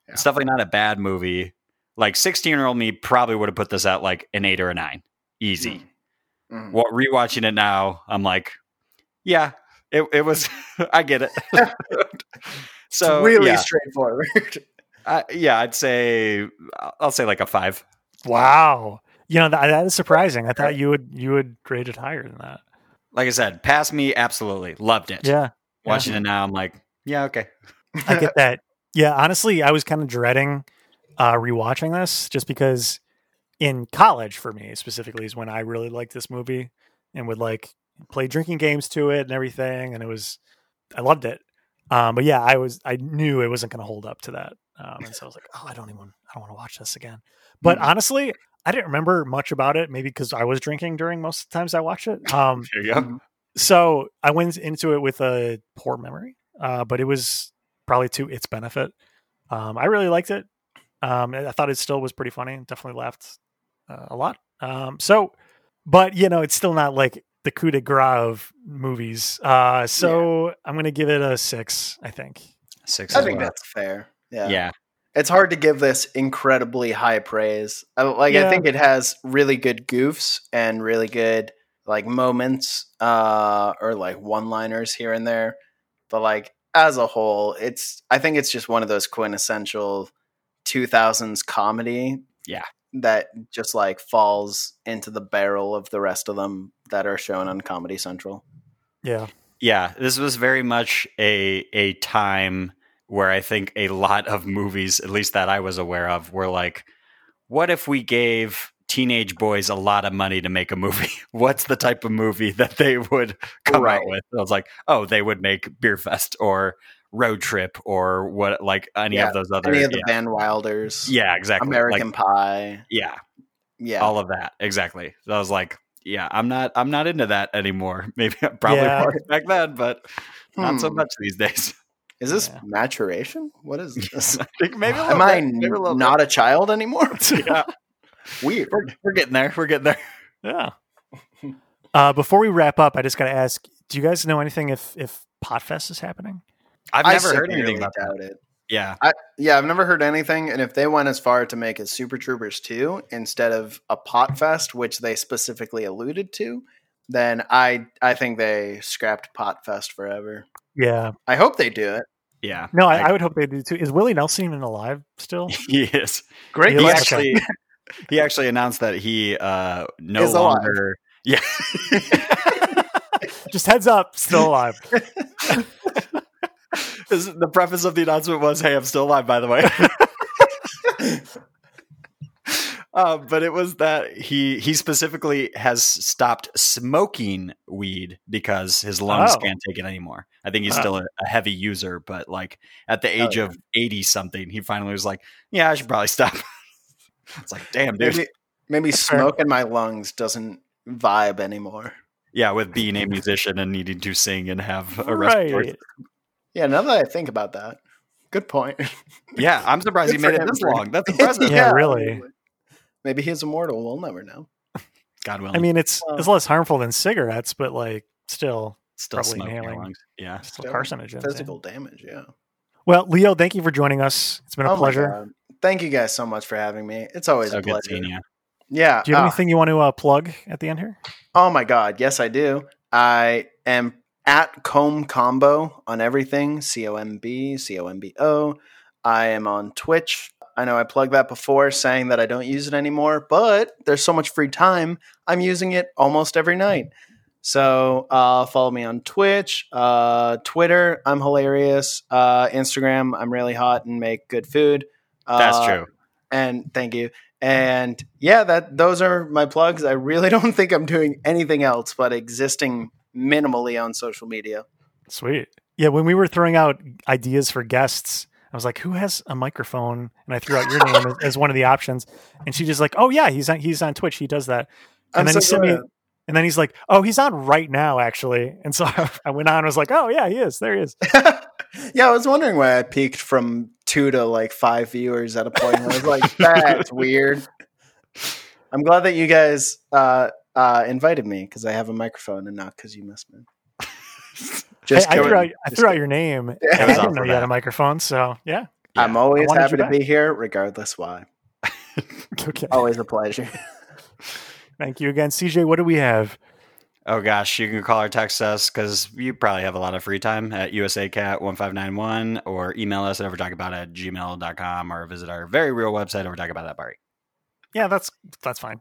Speaker 3: Yeah.
Speaker 1: It's definitely not a bad movie. Like 16 year old me probably would have put this at like an eight or a nine. Easy.
Speaker 3: Mhm.
Speaker 1: Well, rewatching it now, I'm like, yeah, it, it was [laughs] I get it. so
Speaker 3: it's really
Speaker 1: yeah,
Speaker 3: straightforward. [laughs]
Speaker 1: I, yeah, I'd say I'll- I'll say like a five.
Speaker 2: Wow. You know that, that is surprising. I thought you would you would rate it higher than that.
Speaker 1: Like I said, pass me absolutely loved it.
Speaker 2: Yeah,
Speaker 1: Watching it now, I'm like, yeah, okay.
Speaker 2: I get that. Yeah, honestly, I was kind of dreading uh, rewatching this just because in college for me specifically is when I really liked this movie and would like play drinking games to it and everything, and it was I loved it. Um, but yeah, I was I knew it wasn't going to hold up to that, um, and so I was like, oh, I don't even I don't want to watch this again. But
Speaker 3: Mhm.
Speaker 2: honestly, I didn't remember much about it, maybe because I was drinking during most of the times I watched it. Um,
Speaker 1: There you go.
Speaker 2: so I went into it with a poor memory, uh, but it was probably to its benefit. Um, I really liked it. Um, and I thought it still was pretty funny. Definitely laughed uh, a lot. Um, so, but you know, it's still not like the coup de grace of movies. Uh, so I'm gonna give it a six. I think.
Speaker 1: Six.
Speaker 3: I
Speaker 1: as
Speaker 3: think
Speaker 1: well.
Speaker 3: that's fair. Yeah.
Speaker 1: yeah.
Speaker 3: It's hard to give this incredibly high praise. I, like
Speaker 2: Yeah.
Speaker 3: I think it has really good goofs and really good like moments uh or like one-liners here and there. But like as a whole, it's I think it's just one of those quintessential 2000s comedy.
Speaker 1: Yeah.
Speaker 3: That just like falls into the barrel of the rest of them that are shown on Comedy Central.
Speaker 2: Yeah.
Speaker 1: Yeah, this was very much a a time where I think a lot of movies, at least that I was aware of, were like, what if we gave teenage boys a lot of money to make a movie? [laughs] What's the type of movie that they would come
Speaker 3: Right.
Speaker 1: out with? And I was like, oh, they would make Beer Fest or Road Trip or what, like any
Speaker 3: Yeah,
Speaker 1: of those other.
Speaker 3: Any of the
Speaker 1: yeah.
Speaker 3: Van Wilders.
Speaker 1: yeah, exactly.
Speaker 3: American
Speaker 1: Like,
Speaker 3: Pie.
Speaker 1: yeah,
Speaker 3: Yeah.
Speaker 1: all of that exactly. So I was like, yeah, I'm not, I'm not into that anymore. [laughs] Maybe I probably
Speaker 2: Yeah.
Speaker 1: was back then, but not so
Speaker 3: Hmm.
Speaker 1: much these days. [laughs]
Speaker 3: Is this
Speaker 2: Yeah.
Speaker 3: maturation? What is this?
Speaker 1: Think maybe
Speaker 2: Oh,
Speaker 1: a
Speaker 3: Am
Speaker 1: little
Speaker 3: I
Speaker 1: bit, maybe a little
Speaker 3: not a child anymore? [laughs]
Speaker 1: bit. Yeah,
Speaker 3: Weird.
Speaker 1: we're, we're getting there. We're getting there.
Speaker 2: [laughs] Yeah. Uh, before we wrap up, I just gotta ask: Do you guys know anything if if Potfest is happening?
Speaker 1: I've
Speaker 3: I
Speaker 1: never heard
Speaker 3: severely
Speaker 1: anything about that.
Speaker 3: doubt it.
Speaker 1: Yeah,
Speaker 3: Yeah, I've never heard anything. And if they went as far to make it Super Troopers 2 instead of a pot fest, which they specifically alluded to, then I I think they scrapped pot fest forever.
Speaker 2: Yeah.
Speaker 3: I hope they do it.
Speaker 1: yeah.
Speaker 2: No, I, I would hope they do too. Is Willie Nelson even alive still?
Speaker 1: [laughs] he is.
Speaker 3: Great.
Speaker 2: He
Speaker 1: He
Speaker 2: Yeah.
Speaker 1: [laughs]
Speaker 3: question.
Speaker 1: actually, he actually announced that he uh no
Speaker 3: Is alive.
Speaker 1: longer. Yeah.
Speaker 2: [laughs] Just heads up, still alive.
Speaker 1: This- the preface of the announcement was, "Hey, I'm still alive." By the way. [laughs] Uh, but it was that he he specifically has stopped smoking weed because his lungs
Speaker 2: Oh.
Speaker 1: can't take it anymore. I think he's
Speaker 2: Wow.
Speaker 1: still a, a heavy user, but like at the
Speaker 2: Oh,
Speaker 1: age of eighty something, he finally was like, "Yeah, I should probably stop." [laughs] it's like, damn, dude.
Speaker 3: Maybe,
Speaker 1: [laughs]
Speaker 3: maybe
Speaker 2: fair.
Speaker 3: smoke in my lungs doesn't vibe anymore.
Speaker 1: Yeah, with being a musician and needing to sing and have a respiratory.
Speaker 2: right.
Speaker 3: Yeah, now that I think about that,
Speaker 1: [laughs]
Speaker 3: good point. [laughs]
Speaker 1: Yeah, I'm surprised he
Speaker 3: Good for
Speaker 1: made it
Speaker 3: him
Speaker 1: this
Speaker 3: for-
Speaker 1: long. That's
Speaker 2: [laughs]
Speaker 1: impressive.
Speaker 2: Yeah, really.
Speaker 3: Maybe he's immortal. We'll never know.
Speaker 1: God willing.
Speaker 2: I mean, it's
Speaker 3: Well-
Speaker 2: it's less harmful than cigarettes, but like still
Speaker 1: still
Speaker 2: probably
Speaker 1: smoking your
Speaker 2: inhaling.
Speaker 1: lungs. Yeah.
Speaker 2: still carcinogen.
Speaker 3: Physical damage, yeah.
Speaker 2: Well, Leo, thank you for joining us. It's been a
Speaker 3: Oh my
Speaker 2: pleasure.
Speaker 3: God. Thank you guys so much for having me. It's always
Speaker 1: So
Speaker 3: a
Speaker 1: good
Speaker 3: pleasure.
Speaker 1: seeing you.
Speaker 3: Yeah.
Speaker 2: Do you have
Speaker 3: ah,
Speaker 2: anything you want to uh, plug at the end here?
Speaker 3: oh my god. Yes, I do. I am at Comb Combo on everything. C O M B C O M B O. I am on Twitch. I know I plugged that before, saying that I don't use it anymore, but there's so much free time. I'm using it almost every night. So uh, follow me on Twitch, uh, Twitter. I'm hilarious. Uh, Instagram. I'm really hot and make good food.
Speaker 1: That's
Speaker 3: Uh,
Speaker 1: true.
Speaker 3: and thank you and yeah that those are my plugs i really [laughs] don't think i'm doing anything else but existing minimally on social media
Speaker 2: Sweet. Yeah, when we were throwing out ideas for guests, I was like, "Who has a microphone?" And I threw out your name as, as one of the options, and she just like, "Oh yeah, he's on he's on Twitch. He does that." And
Speaker 3: I'm
Speaker 2: then
Speaker 3: so
Speaker 2: he sent me,
Speaker 3: glad.
Speaker 2: and then he's like, "Oh, he's on right now, actually." And so [laughs] I went on, and was like, "Oh yeah, he is. There he is."
Speaker 3: yeah i was wondering why i peaked from two to like five viewers at a point i was [laughs] like that's weird i'm glad that you guys uh uh invited me because i have a microphone and not because you missed [laughs] me just
Speaker 2: I, I
Speaker 3: kidding.
Speaker 2: threw out, I
Speaker 3: Just
Speaker 2: threw out
Speaker 3: kidding.
Speaker 2: your
Speaker 3: [laughs]
Speaker 2: name. and
Speaker 3: Yeah.
Speaker 2: I
Speaker 1: It was
Speaker 2: didn't
Speaker 1: off
Speaker 2: know
Speaker 1: for
Speaker 2: you had
Speaker 1: that.
Speaker 2: a microphone, so yeah. [laughs]
Speaker 3: i'm always
Speaker 2: wanted
Speaker 3: happy
Speaker 2: you
Speaker 3: to
Speaker 2: back.
Speaker 3: be here regardless why
Speaker 2: Okay.
Speaker 3: always
Speaker 2: [laughs]
Speaker 3: a pleasure
Speaker 2: Thank you again, CJ. What do we have?
Speaker 1: Oh gosh, you can call or text us because you probably have a lot of free time at usacat1591 or email us at overtalkabout at gmail.com or visit our very real website, overtalkabout.bari.
Speaker 2: Yeah, that's that's
Speaker 3: [laughs]
Speaker 2: fine.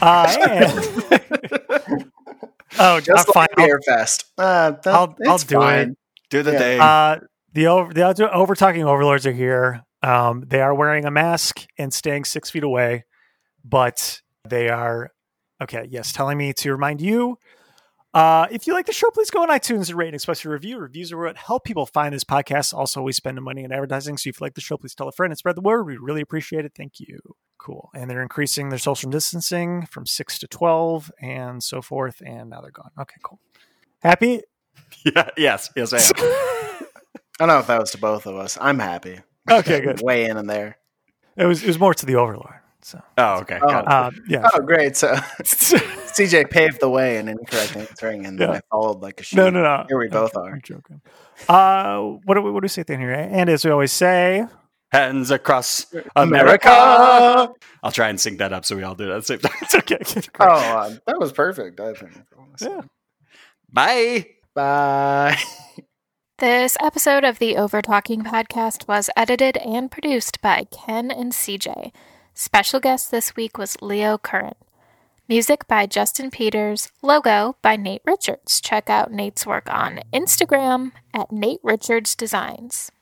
Speaker 2: Uh, and- [laughs] oh,
Speaker 3: just
Speaker 2: uh, fine.
Speaker 3: like beer fest. Uh, that-
Speaker 2: I'll- I'll
Speaker 3: it's
Speaker 2: do it.
Speaker 3: fine.
Speaker 1: Do the
Speaker 3: Yeah.
Speaker 1: thing.
Speaker 2: Uh, the over, the other over talking overlords are here. Um, they are wearing a mask and staying six feet away, but they are okay. Yes, telling me to remind you. Uh, if you like the show, please go on iTunes and rate and express your review. Reviews are what help people find this podcast. Also, we spend the money on advertising, so if you like the show, please tell a friend and spread the word. We really appreciate it. Thank you. Cool. And they're increasing their social distancing from six to twelve and so forth. And now they're gone. Okay, cool. Happy?
Speaker 1: [laughs] yeah, yes, yes, [laughs] I am.
Speaker 3: I don't know if that was to both of us. I'm happy.
Speaker 2: Okay, good.
Speaker 3: Way in and there.
Speaker 2: It was it was more to the overlord. So
Speaker 3: [laughs]
Speaker 1: oh, okay. got it.
Speaker 2: uh, yeah.
Speaker 3: Oh, great. So, CJ paved the way in incorrect answering, and then
Speaker 2: Yeah.
Speaker 3: I followed like a sheep.
Speaker 2: [laughs] No, no, no.
Speaker 3: Here we both are.
Speaker 2: I'm joking. Uh, what do we what do we say then here? And as we always say, [laughs]
Speaker 1: Hands across America. I'll try and sync that up so we all do that at the same time. [laughs]
Speaker 2: It's okay.
Speaker 3: Oh, uh, that was perfect. I think.
Speaker 2: Yeah.
Speaker 1: Bye.
Speaker 3: Bye.
Speaker 7: This episode of the Over Talking podcast was edited and produced by Ken and CJ. Special guest this week was Leo Curran. Music by Justin Peters, logo by Nate Richards. Check out Nate's work on Instagram at Nate Richards Designs.